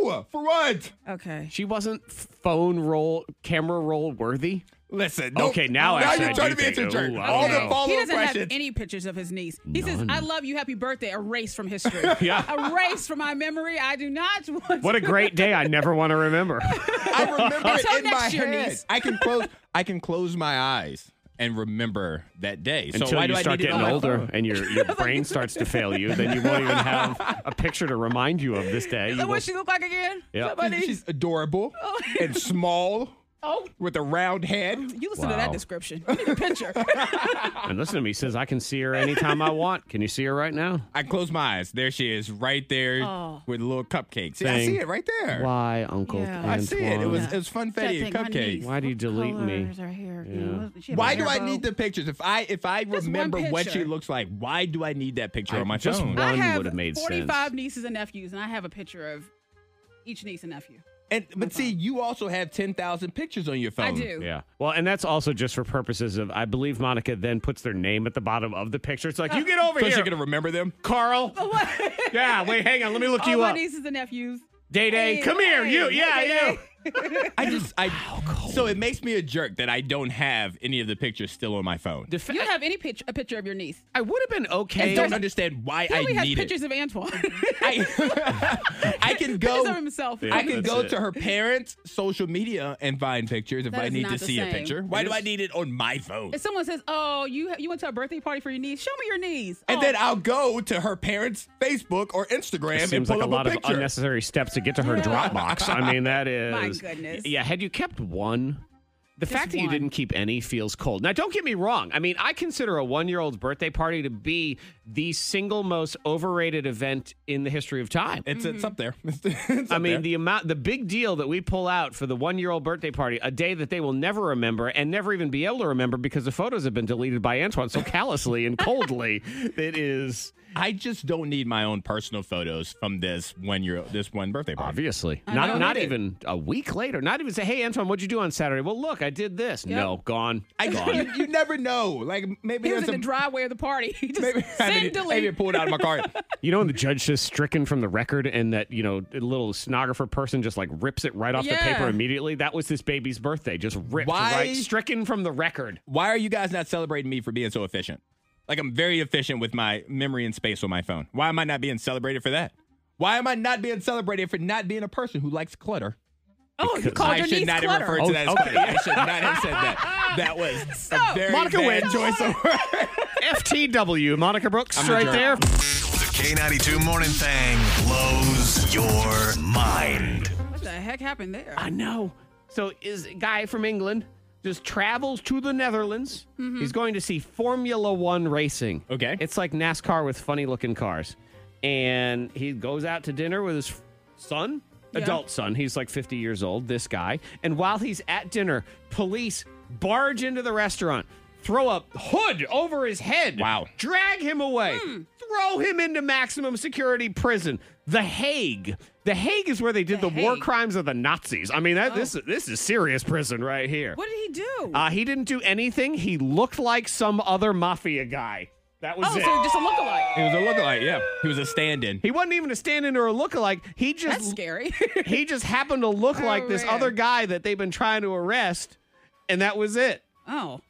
no, for what? Okay. She wasn't phone roll, camera roll worthy. Listen. don't- Okay, now, actually, you're I trying do to be a think- jerk. Ooh, I All don't the know. He follow-up doesn't questions. have any pictures of his niece. He says, None. "I love you, happy birthday." Erase from history. Yeah. Erase from my memory. I do not want. What a to- great day! I never want to remember. I remember it Until in next my year, head. niece. I can close. I can close my eyes and remember that day. So Until why you do start I need it getting on my older phone? and your your brain starts to fail you, then you won't even have a picture to remind you of this day. You So will- what she look like again? Yeah. Somebody. She's adorable and small oh, with a round head. you listen to that Wow. description. You need a picture. and listen to me, he says I can see her anytime I want. Can you see her right now? I close my eyes. There she is, right there Oh. with little cupcakes. See, I Thing. see it right there. Why, Uncle? Yeah. I see it. It was it was That funfetti thing, my niece. cupcakes. Why do you What delete me? colors Are here? Yeah. You know, she had a Why do I hairbow. need the pictures? If I if I Just one remember what she picture. looks like, why do I need that picture I on my just phone? want- I One have would've made sense. 45 nieces and nephews, and I have a picture of each niece and nephew. And but see, you also have ten thousand pictures on your phone. I do. Yeah. Well, and that's also just for purposes of, I believe Monica then puts their name at the bottom of the picture. It's like, you get over So here, she gonna remember them? Carl. yeah, wait, hang on. Let me look All you my up. nieces and nephews. Day Day, Hey, come here. hey, You, yeah, Day-Day. you. I just I so it makes me a jerk that I don't have any of the pictures still on my phone. The fa- You don't have any picture, a picture of your niece. I would have been I okay. don't understand why He I only has need pictures it. of Antoine. I, I can go pictures of himself. Yeah. I can That's go it. to her parents' social media and find pictures if That I is need to not the see a same. picture. Why It do is- I need it on my phone? If someone says, "Oh, you you went to a birthday party for your niece," show me your niece. And Oh, then I'll go to her parents' Facebook or Instagram and Seems pull like a up lot a of picture. unnecessary steps to get to her Dropbox. I mean, that is. My goodness. Yeah, had you kept one, the Just fact that you one. didn't keep any feels cold. Now, don't get me wrong. I mean, I consider a one year old's birthday party to be the single most overrated event in the history of time. it's Mm-hmm. it's up there. It's, it's I up mean, there. the amount, the big deal that we pull out for the one year old birthday party, a day that they will never remember and never even be able to remember because the photos have been deleted by Antoine so callously and coldly. It is I just don't need my own personal photos from this one year this one birthday party. obviously I not know. not even a week later. Not even say, "Hey, Antoine, what'd you do on Saturday?" Well, look, I did this. No, gone. I you, you never know. Like maybe he was there's in the some driveway of the party. He just maybe, send I mean, delete. maybe it pulled out of my car. You know, when the judge says stricken from the record and that, you know, little stenographer person just like rips it right off the Yeah. paper immediately. That was this baby's birthday. Just ripped Why- right. Stricken from the record. Why are you guys not celebrating me for being so efficient? Like I'm very efficient with my memory and space on my phone. Why am I not being celebrated for that? Why am I not being celebrated for not being a person who likes clutter? oh, you called I your should niece not clutter. have referred to Oh, that as okay. clutter. I should not have said that. That was So, a very Monica bad wins. choice of words. FTW, Monica Brooks, I'm a right jerk. there. The K92 Morning Thang blows your mind. What the heck happened there? I know. So is a guy from England just travels to the Netherlands. Mm-hmm. He's going to see Formula One racing. Okay. It's like NASCAR with funny looking cars. And he goes out to dinner with his son, Yeah. adult son. He's like 50 years old, this guy. And while he's at dinner, police barge into the restaurant, throw a hood over his head. Wow. Drag him away. Hmm. Throw him into maximum security prison. The Hague. The Hague is where they did the, The war Hague. crimes of the Nazis. I mean, that, this this is serious prison right here. Oh. What did he do? Uh, he didn't do anything. He looked like some other mafia guy. That was oh, it. so just a lookalike. He was a lookalike, yeah. He was a stand-in. he wasn't even a stand-in or a look-alike. He just That's scary. he just happened to look Oh, like this man. other guy that they've been trying to arrest, and that was it. oh,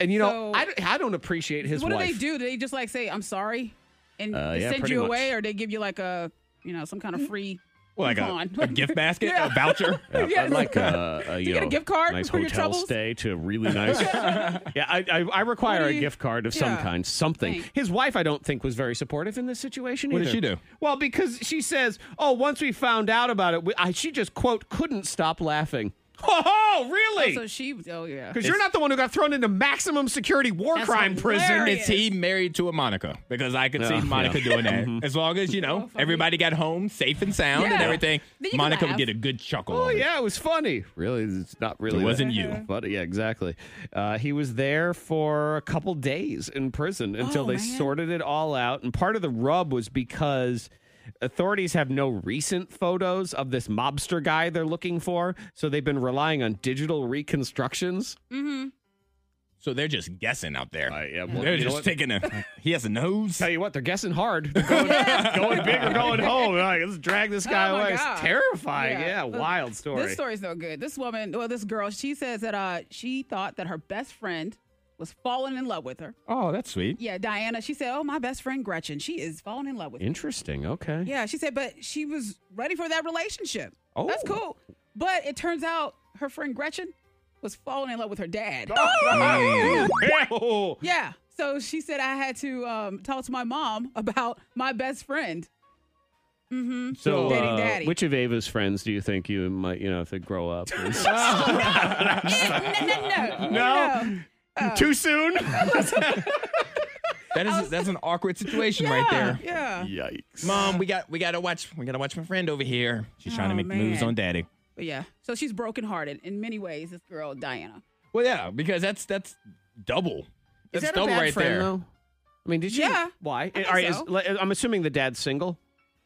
And you know, So- I don't, I don't appreciate his what wife. do they do? Do they just like say I'm sorry and Uh, they yeah, send pretty you much. away, or they give you like a you know some kind of free Well, like a, coupon? a gift basket, Yeah. a voucher. Yeah, Yes. I'd like a, a you you get a know, gift card nice for your hotel troubles? stay to a really nice. yeah, I, I, I require What do a you- gift card of some Yeah. kind, something. Thanks. His wife, I don't think, was very supportive in this situation. What did either. she do? Well, because she says, "Oh, once we found out about it, we, I, she just quote couldn't stop laughing." Oh, really? so she. Oh yeah. Because you're not the one who got thrown into maximum security war That's crime prison. hilarious. Is he married to a Monica? Because I could see Yeah. Monica Yeah. Mm-hmm. doing that. As long as you know everybody got home safe and sound and Yeah. everything, Then you can Monica laugh. would get a good chuckle. Oh over it. yeah, it was funny. Really, it's not really. It that wasn't you. but yeah, exactly. Uh, he was there for a couple days in prison until Oh, they man. sorted it all out. And part of the rub was because authorities have no recent photos of this mobster guy they're looking for, so they've been relying on digital reconstructions. Mm-hmm. So they're just guessing out there. yeah, well, they're you know just what? taking a. He has a nose. Tell you what, they're guessing hard. They're going, going big or going home. Like, let's drag this guy Oh, my away. It's God. terrifying. Yeah, Look, wild story. This story's no good. This woman, well, this girl, she says that uh, she thought that her best friend was falling in love with her. Oh, that's sweet. Yeah, Diana. She said, "Oh, my best friend Gretchen, she is falling in love with." me." Interesting. Okay. Yeah, she said, but she was ready for that relationship. Oh. that's cool. But it turns out her friend Gretchen was falling in love with her dad. Oh. Yeah. So she said I had to um, talk to my mom about my best friend. Mm-hmm. So, dating uh, daddy. which of Ava's friends do you think you might, you know, if they grow up? Uh, no, no, No? Too soon? That is that's an awkward situation right there. Yeah. Yikes. Mom, we got we gotta watch we gotta watch my friend over here. She's trying Oh, to make moves man. on daddy. But yeah. So she's brokenhearted in many ways. This girl Diana. Well, yeah, because that's that's double. That's Is that a double bad right friend, there. though? I mean, did you? Yeah, Why? think All right, so. is, le- I'm assuming the dad's single.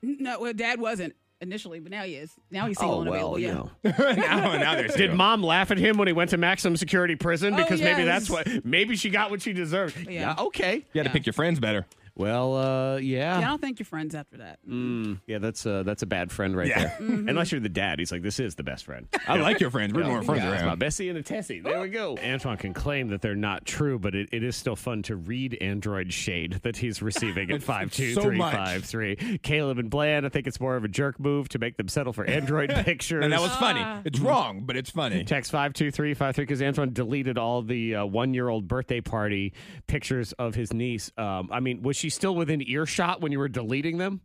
N- No, well, dad wasn't initially, but now he is. Now he's single oh and well, you available. Yeah. know. now, now there's Did mom laugh at him when he went to maximum security prison? Oh, because maybe yes. that's what. Maybe she got what she deserved. Yeah. okay. You got to pick your friends better. Well, uh, yeah. Yeah, I don't think you're friends after that. Mm, yeah, that's uh, that's a bad friend right Yeah. there. Mm-hmm. Unless you're the dad, he's like, "This is the best friend." I like your friends. We're more friends yeah, it's around. My Bessie and a Tessie. There we go. Antoine can claim that they're not true, but it, it is still fun to read Android shade that he's receiving at five two so three much. five three. Caleb and Bland, I think it's more of a jerk move to make them settle for Android pictures. And that was funny. Ah. It's wrong, but it's funny. Text 52353 because Antoine deleted all the uh, one year old birthday party pictures of his niece. Um, I mean, was she still within earshot when you were deleting them?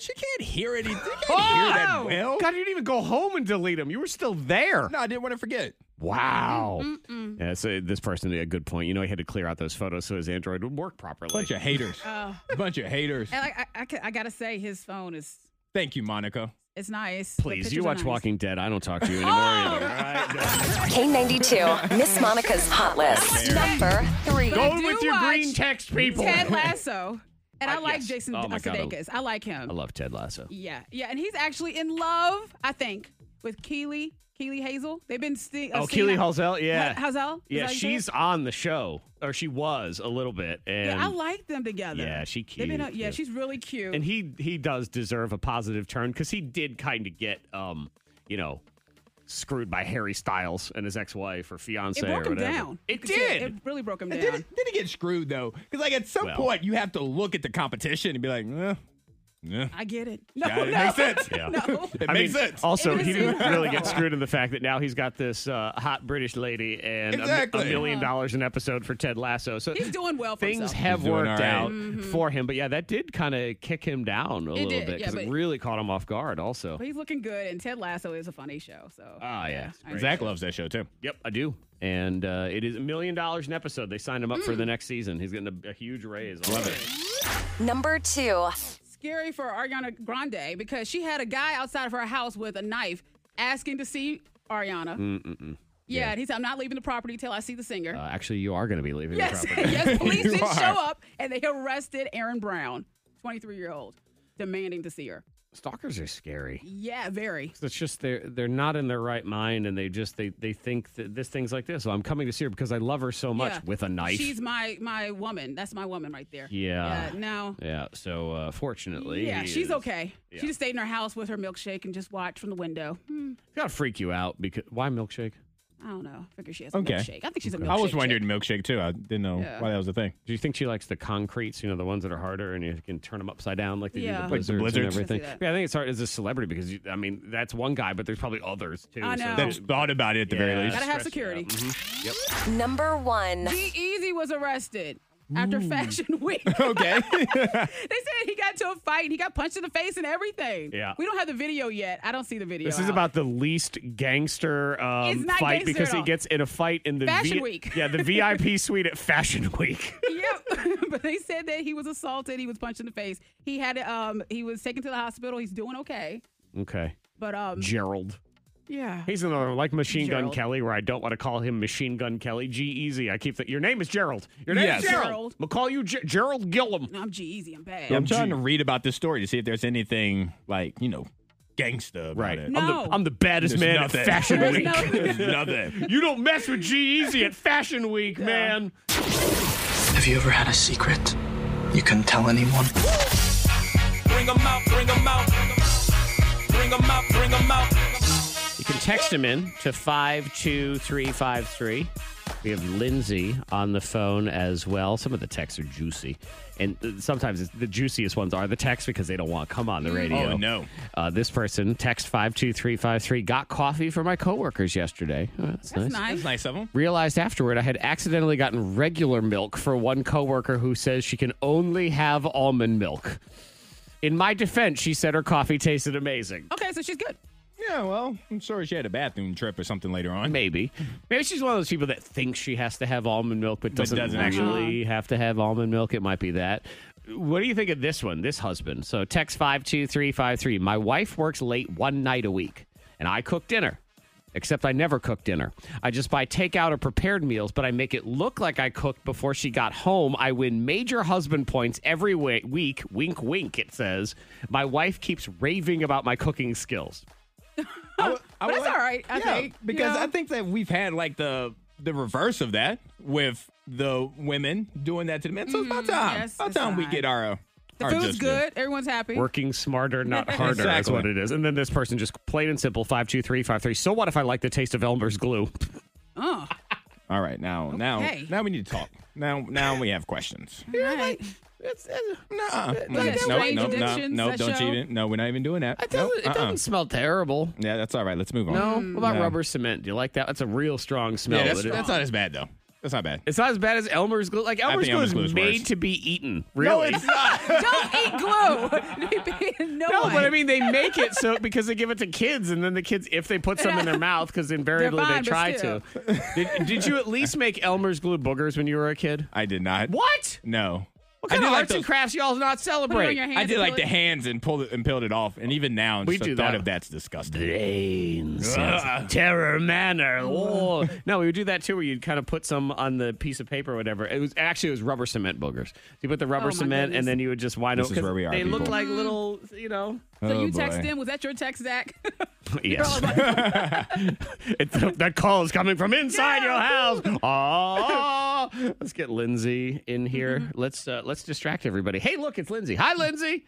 She can't hear anything. She can't hear that well. Oh! God, you didn't even go home and delete them. You were still there. No, I didn't want to forget. Wow. Yeah, so this person had a good point. You know, he had to clear out those photos so his Android would work properly. Bunch of haters. Oh. Bunch of haters. And like, I, I, ca- I gotta say, his phone is Thank you, Monica. it's nice. but Please, you pictures are watch nice. Walking Dead. I don't talk to you Oh! anymore. either. K92, Miss Monica's hot list. Number three. But I do watch text, Ted Lasso, and I Uh, like yes. Jason Oh, my God, I- Sudeikis. I like him. I love Ted Lasso. Yeah, yeah, and he's actually in love, I think, with Keely Keely Hazel. They've been see- uh, Oh, seeing- Keely Halsell, yeah. Ha- Hazel. Is Yeah, that how you say it? she's on the show, or she was a little bit. And Yeah, I like them together. Yeah, she They've been cute, out- yeah, yeah. she's really cute. and he he does deserve a positive turn because he did kind of get um you know screwed by Harry Styles and his ex wife or fiance it broke or him whatever. down. It You could see did. It really broke him And down. Did it, did it get screwed though? Because like at some Well. point you have to look at the competition and be like, eh, eh. I get it. No, Yeah, it no. makes sense. Yeah. No. It I makes mean, sense. Also, It he is didn't true. really get screwed in the fact that now he's got this uh, hot British lady and a mi- Exactly. a, million dollars an episode for Ted Lasso. So Uh-huh. He's doing well for things himself. Mm-hmm. have He's doing worked all right. out for him. But yeah, that did kind of kick him down a little did, bit yeah, because it but- really caught him off guard. Also, But he's looking good, and Ted Lasso is a funny show. So. ah, yeah, I agree. Zach loves that show too. yep, I do. And uh, it is a million dollars an episode. They signed him Mm. up for the next season. He's getting a, a huge raise. Love it. Number two. scary for Ariana Grande because she had a guy outside of her house with a knife asking to see Ariana. Yeah, and he said, I'm not leaving the property till I see the singer. Uh, actually, you are going to be leaving yes, the property. yes, police You did are. show up and they arrested Aaron Brown, 23 year old, demanding to see her. Stalkers are scary. Yeah, very. It's just they're they're not in their right mind, and they just they they think that this thing's like this. Well, I'm coming to see her because I love her so much Yeah. with a knife. She's my my woman. That's my woman right there. Yeah. Yeah, no. yeah. So uh, fortunately, Yeah, he she's is- okay. yeah. She just stayed in her house with her milkshake and just watched from the window. Hmm, It's gotta freak you out because why milkshake? I don't know. I figure she has Okay. a milkshake. I think she's a milkshake. I was chick. wondering milkshake too. I didn't know Yeah. why that was a thing. Do you think she likes the concretes? You know, the ones that are harder and you can turn them upside down like they Yeah. do the Like blizzards, the blizzards? and everything. I see that. Yeah, I think it's hard as a celebrity because you, I mean that's one guy, but there's probably others too. Mm-hmm. I know. That's thought about it at the very least. Gotta have stress it out. security. Mhm. Yep. Number one. G Easy was arrested after Fashion Week. okay. They said he got into a fight and he got punched in the face and everything. Yeah. We don't have the video yet. I don't see the video. This is out. about the least gangster um, It's not fight gangster because at he all. gets in a fight in the Fashion Week. Yeah, the VIP suite at Fashion Week. yep. but they said that he was assaulted. He was punched in the face. He had um he was taken to the hospital. He's doing okay. Okay, But um Gerald. yeah. He's another like Machine Gun Gerald. Kelly, where I don't want to call him Machine Gun Kelly. G Easy. I keep that. Your name is Gerald. Your name Yes. is Gerald. Gerald. We'll call you G- Gerald Gillum. I'm G Easy. I'm bad. I'm trying to read about this story to see if there's anything like you know gangsta about Right. it. I'm the- No. I'm the, baddest There's man nothing. at Fashion There's Week. nothing. Nothing. you don't mess with G Easy at Fashion Week, man. Have you ever had a secret you couldn't tell anyone? Bring them out, bring them out. Bring them out, bring them out. You can text him in to 52353. We have Lindsay on the phone as well. Some of the texts are juicy. And uh, sometimes it's, the juiciest ones are the texts because they don't want to come on the radio. Oh, no. Uh, this person, text 52353, got coffee for my coworkers yesterday. Oh, that's, nice. That's nice of him. Realized afterward I had accidentally gotten regular milk for one coworker who says she can only have almond milk. In my defense, she said her coffee tasted amazing. Okay, so she's good. Yeah, well, I'm sorry she had a bathroom trip or something later on. Maybe. Maybe she's one of those people that thinks she has to have almond milk, but But doesn't, doesn't actually have to have almond milk. It might be that. What do you think of this one, this husband? So, text 52353. My wife works late one night a week, and I cook dinner, except I never cook dinner. I just buy takeout or prepared meals, but I make it look like I cooked before she got home. I win major husband points every wa- week. Wink, wink, it says. My wife keeps raving about my cooking skills. But it's all right, I yeah, think, you because know? I think that we've had like the the reverse of that with the women doing that to the men. So it's about Mm, time. yes, about it's time we time. get our. uh, The our food's just due. good. Everyone's happy. Working smarter, not harder. That's Exactly. what it is. And then this person just plain and simple five two three five three. So what if I like the taste of Elmer's glue? Oh. All right, now now Okay. now we need to talk. Now now we have questions. All right. Nuh-uh. uh, That- No, that's no, Rage no, no, Addictions, no, that don't show? you even. No, we're not even doing that. It doesn't, Nope, it doesn't uh-uh. smell terrible. Yeah, that's all right. Let's move on. Mm. No, what about No. rubber cement? Do you like that? That's a real strong smell. Yeah, that's, but it- that's not as bad though. That's not bad. it's not as bad as Elmer's glue. Like I Elmer's think glue Elmer's is glue is made worse. to be eaten. No, Really? it's not. Don't eat glue. no, No, one. but I mean they make it so because they give it to kids, and then the kids, if they put some in their mouth, because invariably fine, they but try still. to. Did, did you at least make Elmer's glue boogers when you were a kid? I did not. What? No. What I kind did of like arts and those- crafts y'all not Put it on celebrate? your hands I did and like peel the it. hands and pulled it and peeled it off, and even now We just do the thought that. of that's disgusting. Brains. Ugh. Terror Manor. Oh. No, we would do that too, where you'd kind of put some on the piece of paper or whatever. It was actually it was rubber cement boogers. So you put the Oh, rubber my cement, goodness. and then you would just wind This up. is 'cause where we are, They look people. like little, you know. So Oh, you text boy. him. Was that your text, Zach? Yes. It's- that call is coming from inside your house. Oh, let's get Lindsay in here. Let's uh, let's distract everybody. Hey, look, it's Lindsay. Hi, Lindsay.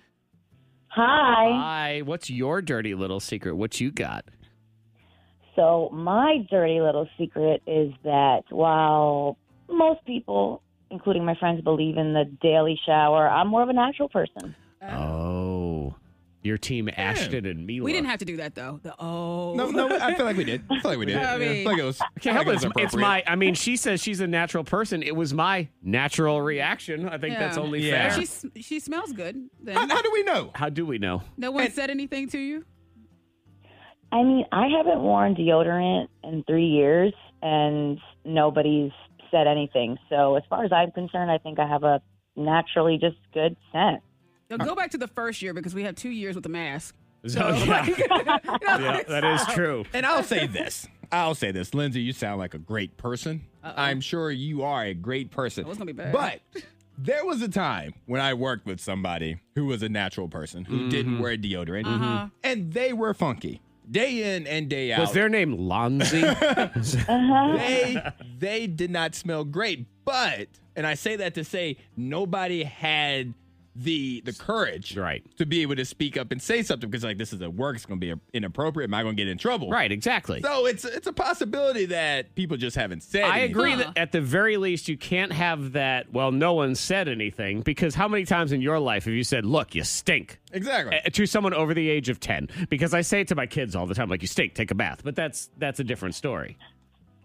Hi. Hi. What's your dirty little secret? What you got? So, my dirty little secret is that while most people, including my friends, believe in the daily shower, I'm more of a natural person. Oh, your team, Ashton and Mila. we didn't have to do that though. The oh. No, no, I feel like we did. I feel like we did. I mean- Yeah. I feel like it was. I Can't feel help like it. It's, it's my. I mean, she says she's a natural person. It was my natural reaction. I think that's Yeah. only Yeah. fair. She s- she smells good. Then appropriate. How, how do we know? How do we know? no one said anything to you. I mean, I haven't worn deodorant in three years, and nobody's said anything. So, as far as I'm concerned, I think I have a naturally just good scent. Now, Uh. go back to the first year because we have two years with the mask. So, yeah, yeah, that is true. And I'll say this. I'll say this, Lindsay. You sound like a great person. I'm sure you are a great person. Oh, it's gonna be bad. But there was a time when I worked with somebody who was a natural person who Mm-hmm. didn't wear deodorant, Uh-huh. and they were funky day in and day out. Was their name Lonzy? they they did not smell great, but and I say that to say nobody had the the courage Right. to be able to speak up and say something because like this is a work it's going to be inappropriate am I going to get in trouble right, exactly. so it's it's a possibility that people just haven't said I anything. agree Huh. that at the very least you can't have that. Well, no one said anything because how many times in your life have you said, "Look, you stink," exactly uh, to someone over the age of ten? Because I say it to my kids all the time, like, "You stink, take a bath," but that's that's a different story.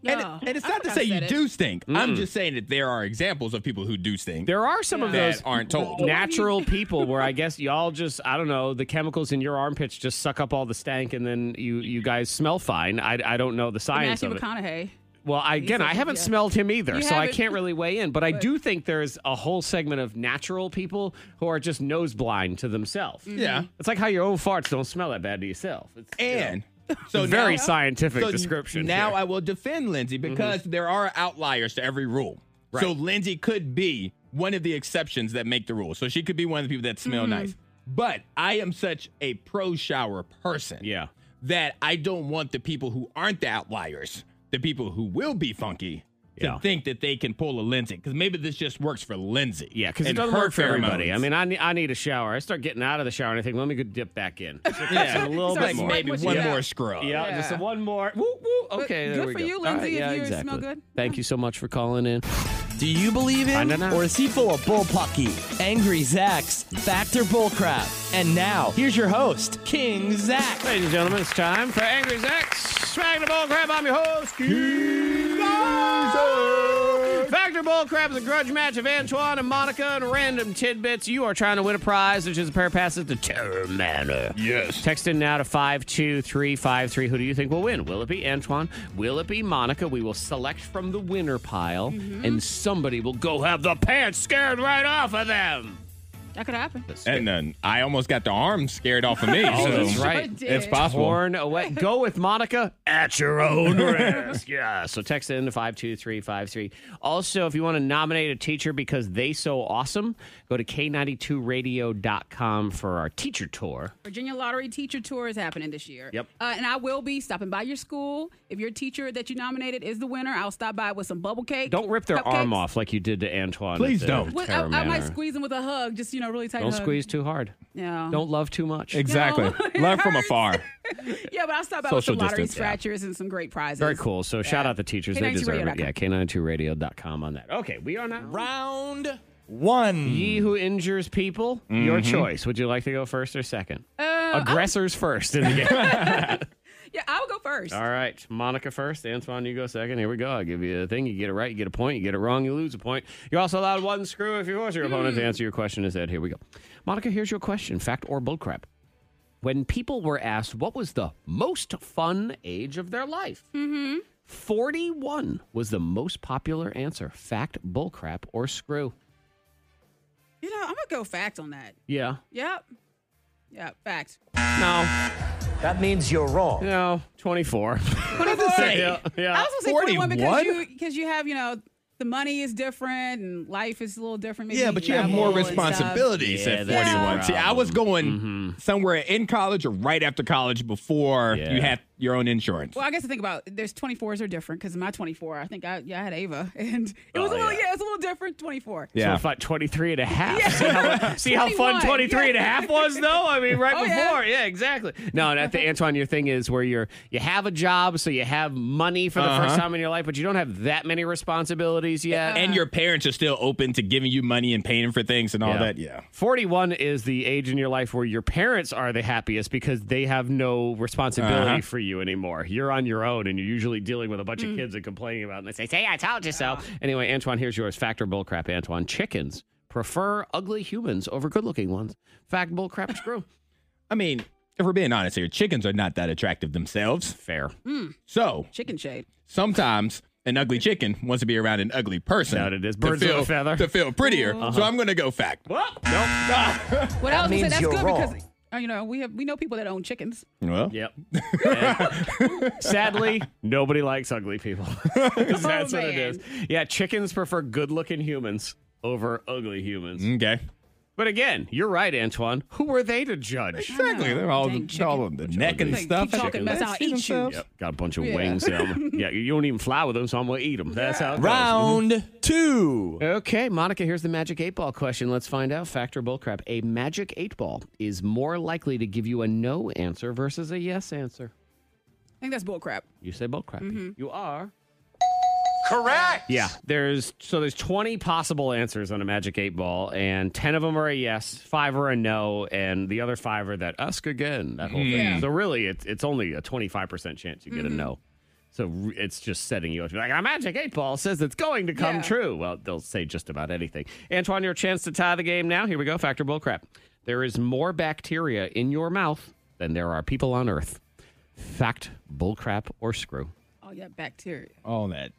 And, Yeah. and it's I not to think I say you said it. do stink. Mm. I'm just saying that there are examples of people who do stink. There are some of that those aren't told. natural people where I guess y'all just I don't know the chemicals in your armpits just suck up all the stank and then you you guys smell fine. I, I don't know the science Matthew of it. McConaughey. Well, I, again, I said- haven't yeah. smelled him either, You so I haven't. can't really weigh in. But I do think there's a whole segment of natural people who are just nose blind to themselves. Mm. Yeah. Mhm. it's like how your own farts don't smell that bad to yourself. It's, And so so very now- scientific so description. Now here. Mm-hmm. I will defend Lindsay because there are outliers to every rule. Right. So Lindsay could be one of the exceptions that make the rule. So she could be one of the people that smell Mhm. nice. But I am such a pro shower person. Yeah. That I don't want the people who aren't the outliers, the people who will be funky, to Yeah. think that they can pull a Lindsay. Because maybe this just works for Lindsay. Yeah, because it and doesn't her work for everybody. pheromones. I mean, I need, I need a shower. I start getting out of the shower and I think, let me go dip back in. yeah, a little Like bit more. Maybe Yeah. one more scrub. Yeah, just a one more. Woo, woo. But Okay, there good we for go. you, All right, Lindsay, if yeah, you smell exactly. good. Thank you so much for calling in. Do you believe in Kinda not. or is he full of bullpucky? Angry Zach's Factor Bullcrap. And now, here's your host, King Zach. Ladies and gentlemen, it's time for Angry Zach's Factor Ball Crab. I'm your host, King Zach. Factor Ball Crab is a grudge match of Antoine and Monica and random tidbits. You are trying to win a prize, which is a pair of passes to Terror Manor. Yes. Text in now to 52353. Who do you think will win? Will it be Antoine? Will it be Monica? We will select from the winner pile, and somebody will go have the pants scared right off of them. That could happen. And then I almost got the arm scared off of me. Oh, so that's right. It's possible. Torn away. Go with Monica at your own risk. Yeah. So text in to 52353. Also, if you want to nominate a teacher because they so awesome, go to k92radio.com for our teacher tour. Virginia Lottery Teacher Tour is happening this year. Yep. Uh, and I will be stopping by your school. If your teacher that you nominated is the winner, I'll stop by with some bubble cake. Don't rip their cupcakes. arm off like you did to Antoine. Please at the don't. Well, I, Terror I might Manor. squeeze them with a hug, just you know, really tight. Don't hug. squeeze too hard. Yeah. Don't love too much. Exactly. No, Love it from hurts. afar. Yeah, but I'll stop by with Social some lottery distance, yeah. scratchers and some great prizes. Very cool. So shout out the teachers. They deserve it. K92radio.com. Yeah, K92radio.com on that. Okay, we are now round one. Ye who injures people, your Mm-hmm. Mhm. choice. Would you like to go first or second? Uh, Aggressors first in the game. Yeah, I'll go first. All right, Monica first, Antoine, you go second. Here we go. I'll give you a thing. You get it right, you get a point. You get it wrong, you lose a point. You're also allowed one screw if you force your opponent to answer your question instead. Here we go. Monica, here's your question fact or bullcrap. When people were asked what was the most fun age of their life, Mm-hmm. 41 was the most popular answer fact, bullcrap, or screw. You know, I'm gonna go fact on that. Yeah. Yep. Yep. Fact. No. That means you're wrong. No, 24. What does it say? yeah, yeah. I was gonna say 41 because you because you have you know the money is different and life is a little different. Maybe Yeah, but you have more travel and stuff. responsibilities at 41. See, I was going Mm-hmm. somewhere in college or right after college before you had your own insurance. Well, I guess to think about there's 24s are different because my 24, I think I yeah I had Ava and it was Oh, a little yeah. yeah. it's a little different 24. Yeah. So if I, 23 and a half. Yeah. See how, see how fun 21, 23 and a yeah. half was, though? I mean, right Oh, yeah. before. Yeah, exactly. No, and at the Antoine, your thing is where you're, you have a job, so you have money for the first Uh-huh. time in your life, but you don't have that many responsibilities yet. and your parents are still open to giving you money and paying for things and all that. Yeah. 41 is the age in your life where your parents are the happiest because they have no responsibility Uh-huh. for you anymore. You're on your own and you're usually dealing with a bunch of kids and complaining about it. And they say, hey, I told you so. Anyway, Antoine, here's yours. Fact or bullcrap, Antoine. Chickens prefer ugly humans over good looking ones. Fact, bullcrap, screw. I mean, if we're being honest here, chickens are not that attractive themselves. Fair. Mm, So chicken shade. sometimes an ugly chicken wants to be around an ugly person. That it is. to Birds of a feel, feather. Uh-huh. To feel prettier. Ooh. So I'm going to go fact. Well, What else? means that's you're good wrong. because uh, you know we have we know people that own chickens. Well, yep. Sadly, nobody likes ugly people. That's what it is. Yeah, chickens prefer good looking humans over ugly humans. Okay. But again, you're right, Antoine. Who are they to judge? Exactly. They're all, they're all on the neck and Keep stuff. talking, Chicken that's legs. how I eat you. Themselves. Yep, got a bunch of Yeah. wings. Yeah, I'm- yeah, you don't even fly with them, so I'm gonna eat them. That's how. It goes. Round two. Okay, Monica. Here's the magic eight ball question. Let's find out. Factor bullcrap. A magic eight ball is more likely to give you a no answer versus a yes answer. I think that's bullcrap. You say bullcrap. You are correct. Yeah, there's so there's 20 possible answers on a magic eight ball, and 10 of them are a yes, five are a no, and the other five are that ask again. That whole Yeah. thing. So really, it's it's only a 25 percent chance you get a no. So r- it's just setting you up to be like, a magic eight ball says it's going to come true. Well, they'll say just about anything. Antoine, your chance to tie the game now. Here we go. Factor bullcrap. There is more bacteria in your mouth than there are people on Earth. Fact, bullcrap, or screw. Oh yeah, bacteria. All that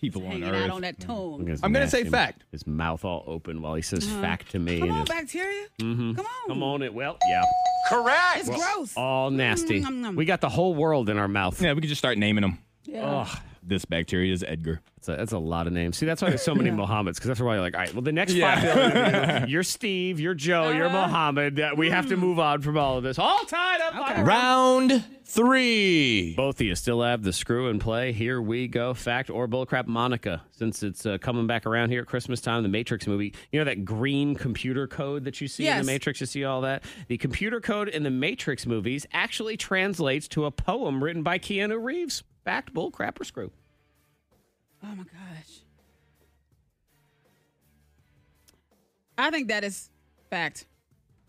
people Hanging out on that Look tongue. at his I'm gonna mask. say His- fact. His mouth all open while he says Uh-huh. fact to me. Come and on, his- bacteria. Mhm. Come on. Come on, it. Well, yeah. Correct. It's Well, uh, gross. All nasty. Nom, nom, nom. We got the whole world in our mouth. Yeah, we could just start naming them. Yeah. Ugh. This bacteria is Edgar. That's a, that's a lot of names. See, that's why there's so many Mohammeds, because that's why you're like, all right, well, the next Yeah. five billion, you're Steve, you're Joe, you're Mohammed. That we have to move on from all of this. All tied up. on a- Round three. Both of you still have the screw in play. Here we go. Fact or bullcrap, Monica. Since it's uh, coming back around here at Christmas time, the Matrix movie. You know that green computer code that you see in Yes. the Matrix. You see all that. The computer code in the Matrix movies actually translates to a poem written by Keanu Reeves. Fact, bullcrap, or screw. Oh my gosh. I think that is fact.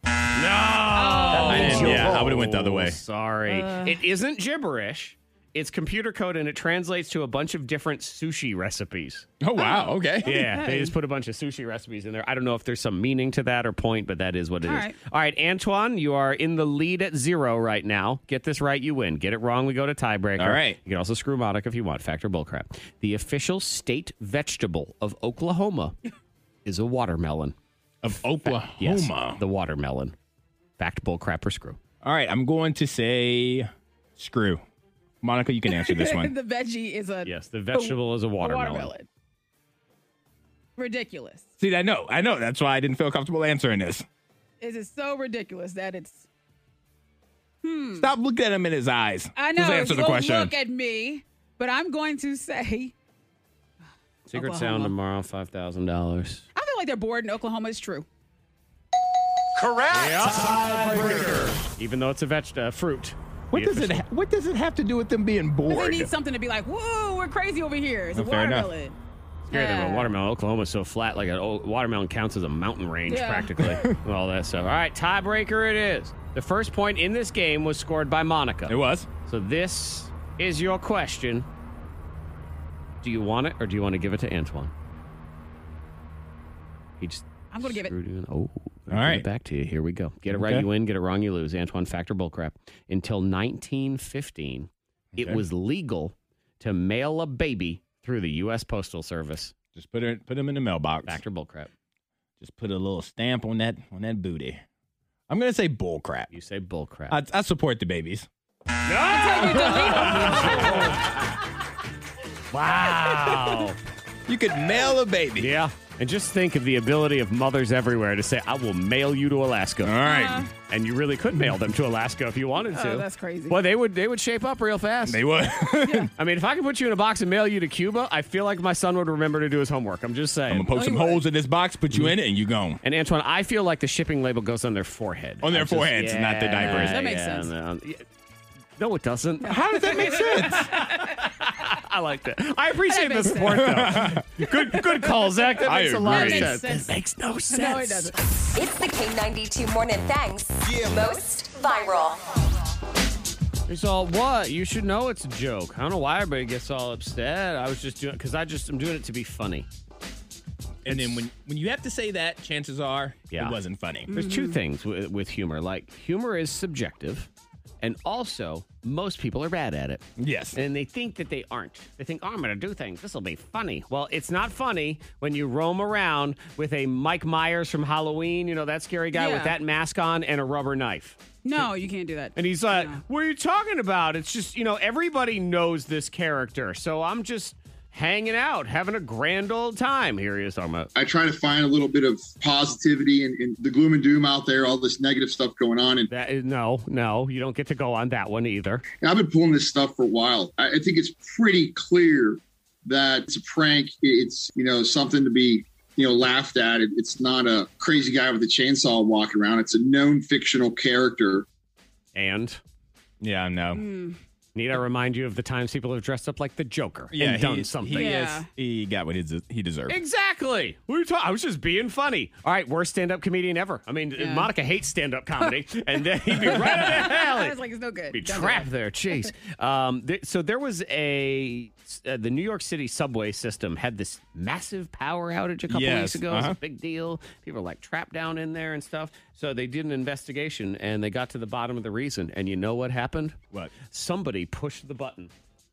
I means didn't- you're wrong. Oh, Sorry. Uh. it isn't gibberish. It's computer code and it translates to a bunch of different sushi recipes. Oh wow. Okay. Yeah, they Okay. just put a bunch of sushi recipes in there. I don't know if there's some meaning to that or point, but that is what it is. All right. All right, Antoine, you are in the lead at zero right now. Get this right, you win. Get it wrong, we go to tiebreaker. All right. You can also screw Monica if you want. Factor bullcrap. The official state vegetable of Oklahoma is a watermelon. Of Oklahoma. Yes, the watermelon. Fact, bullcrap, or screw. All right, I'm going to say screw. Monica, you can answer this one. the veggie is a Yes, the vegetable is a watermelon. watermelon. Ridiculous. See, I know, I know. That's why I didn't feel comfortable answering this. It is so ridiculous that it's. Hmm. Stop looking at him in his eyes. I know. Just answer you the won't question. Look at me, but I'm going to say Secret Oklahoma. Sound tomorrow, five thousand dollars. I feel like they're bored in Oklahoma. It's true. Correct. Even though it's a veg- uh, fruit. What the does it? official- Ha- what does it have to do with them being They bored? need something to be like, whoa, we're crazy over here. It's a Oh, fair enough. watermelon. Scary thing about Yeah. watermelon. Oklahoma's so flat, like a oh, watermelon counts as a mountain range Yeah. practically. with all that stuff. All right, tiebreaker it is. The first point in this game was scored by Monica. It was. So this is your question. Do you want it or do you want to give it to Antoine? He just I'm gonna give it. Screwed you in. Oh, All right. Back to you. Here we go. Get it right, Okay. you win. Get it wrong, you lose. Antoine, fact or bullcrap? Until 1915, it Okay. was legal to mail a baby through the U.S. Postal Service. Just put it. Put him in the mailbox. Fact or bullcrap? Just put a little stamp on that on that booty. I'm gonna say bull crap. You say bullcrap. I, I support the babies. wow. You could mail a baby. yeah. And just think of the ability of mothers everywhere to say, I will mail you to Alaska. All right. And you really could mail them to Alaska if you wanted to. Oh, that's crazy. Well, they would they would shape up real fast. They would. I'm I mean, if I could put you in a box and mail you to Cuba, I feel like my son would remember to do his homework. I'm just saying. gonna Oh, poke some holes in this box, put you in it, and you gone. and Antoine, I feel like the shipping label goes on their forehead. On their I'm foreheads, not the diapers. That makes sense. No, yeah. No, it doesn't. How does that make sense? I like that. I appreciate That the makes support, though. good, good call, Zach. That I makes a lot of agree. sense. That makes sense. makes no sense. No, it doesn't. It's the K92 Morning Thanks most viral. It's all what you should know. It's a joke. I don't know why everybody gets all upset. I was just doing because I just am doing it to be funny. And then when when you have to say that, chances are Yeah. it wasn't funny. There's Mm-hmm. two things with, with humor. Like humor is subjective, and also most people are bad at it, Yes. and they think that they aren't. They think, "Oh, I'm going to do things. This will be funny." Well, it's not funny when you roam around with a Mike Myers from Halloween. You know that scary guy with Yeah. that mask on and a rubber knife. No, you can't do that. And he's like, No. "What are you talking about? It's just you know everybody knows this character, so I'm just." Hanging out, having a grand old time. Here he is talking about. I try to find a little bit of positivity and, and the gloom and doom out there, all this negative stuff going on. And That is, no, no, you don't get to go on that one either. and I've been pulling this stuff for a while. I, I think it's pretty clear that it's a prank. It's, you know, something to be, you know, laughed at. It, it's not a crazy guy with a chainsaw walking around. It's a known fictional character. And Yeah, no. Mm. Need I remind you of the times people have dressed up like the Joker Yeah, and done he- something? He, is, he got what he, des- he deserved. Exactly. What are you talking? I was just being funny. All right, worst stand-up comedian ever. I mean, Monica hates stand-up comedy, and then he'd be right up the alley. I was like, it's no good. Be Don't do trapped it. there. Jeez. Um, th- so there was a uh, the New York City subway system had this massive power outage a couple Yes, weeks ago. It was uh-huh. a big deal. People were like trapped down in there and stuff. So they did an investigation and they got to the bottom of the reason. And you know what happened? What? Somebody pushed the button.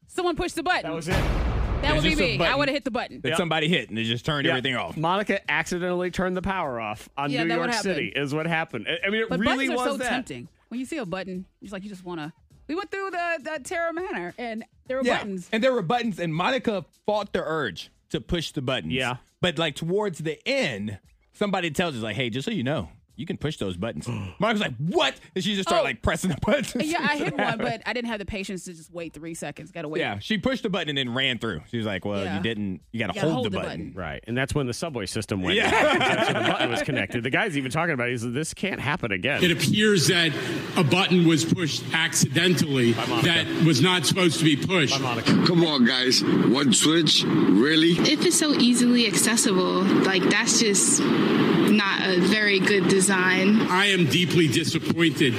Someone pushed the button. That was it. That It's would be just a me. I button. would have hit the button. That somebody hit and it just turned everything off. Monica accidentally turned the power off on Yeah, New that would York happen. City. Is what happened. I- I mean, it But really buttons was are so that. tempting. When you see a button, it's like you just want to. We went through the, the Terra Manor and there were Yeah. buttons. And there were buttons, and Monica fought the urge to push the buttons. Yeah. But like towards the end, somebody tells us, like, hey, just so you know, you can push those buttons. Monica's like, what? And she just started Oh. like pressing the buttons. And yeah, I hit one, but I didn't have the patience to just wait three seconds. Got to wait. Yeah, she pushed the button and then ran through. She was like, well, Yeah. you didn't, you got to You gotta hold, hold the, the button. Right. And that's when the subway system went. Yeah. down. That's when the button was connected. The guy's even talking about it. He's like, this can't happen again. It appears that a button was pushed accidentally that was not supposed to be pushed. Come on, guys. One switch? Really? If it's so easily accessible, like that's just not a very good design. I am deeply disappointed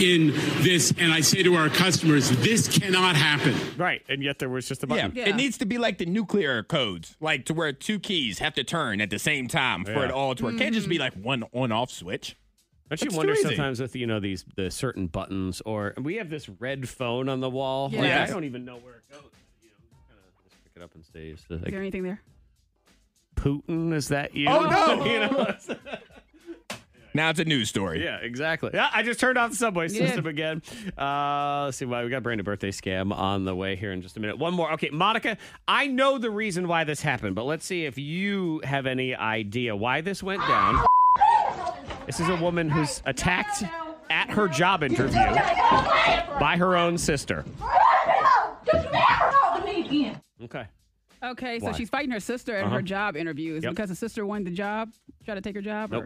in this, and I say to our customers, this cannot happen. Right. And yet there was just a Yeah. button. it needs to be like the nuclear codes, like to where two keys have to turn at the same time for Yeah. it all to work. Can't just be like one on-off switch. Don't you That's too wonder easy. sometimes with you know these the certain buttons or we have this red phone on the wall. Like, Yeah. I don't even know where it goes. You know, kinda just pick it up and saves. The- Is there Like, anything there? Putin, is that you? Oh, no. You know? Now it's a news story. Yeah, exactly. Yeah, I just turned off the subway You system again. Uh, let's see why we got brand new birthday scam on the way here in just a minute. One more. Okay, Monica, I know the reason why this happened, but let's see if you have any idea why this went down. This is a woman who's attacked at her job interview by her own sister. Okay. Okay, so Why? she's fighting her sister at Uh-huh. her job interview. Is it Yep. because the sister wanted the job, try to take her job. Nope.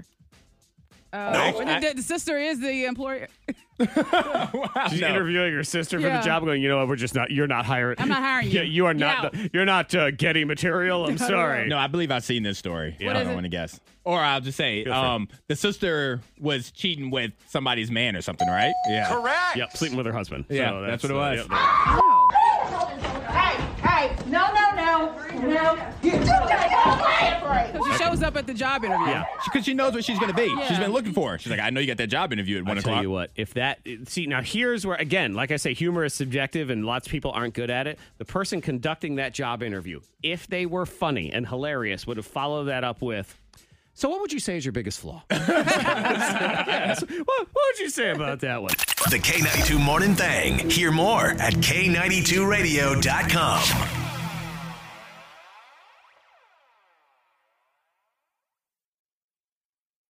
Or, uh, Nope. well, the, the sister is the employer. She's interviewing her sister for Yeah. the job, going, you know what? We're just not. You're not hiring. I'm not hiring you. Yeah, you are Get not. out." The, you're not uh, getting material. I'm sorry. No, I believe I've seen this story. Yeah. What I is don't it? want to guess. Or I'll just say, for it. um, the sister was cheating with somebody's man or something, right? Correct. Yep, sleeping with her husband. Yeah, So that's, that's, what it uh, was. yep, Hey, no, no, no, no. You So she shows up at the job interview. Yeah, because she knows what she's going to be. She's been looking for. her. She's like, I know you got that job interview at one I o'clock. tell you what, if that see now here's where again, like I say, humor is subjective and lots of people aren't good at it. The person conducting that job interview, if they were funny and hilarious, would have followed that up with. So, what would you say is your biggest flaw? Yes. What, what would you say about that one? The K92 Morning Thang. Hear more at K92Radio.com.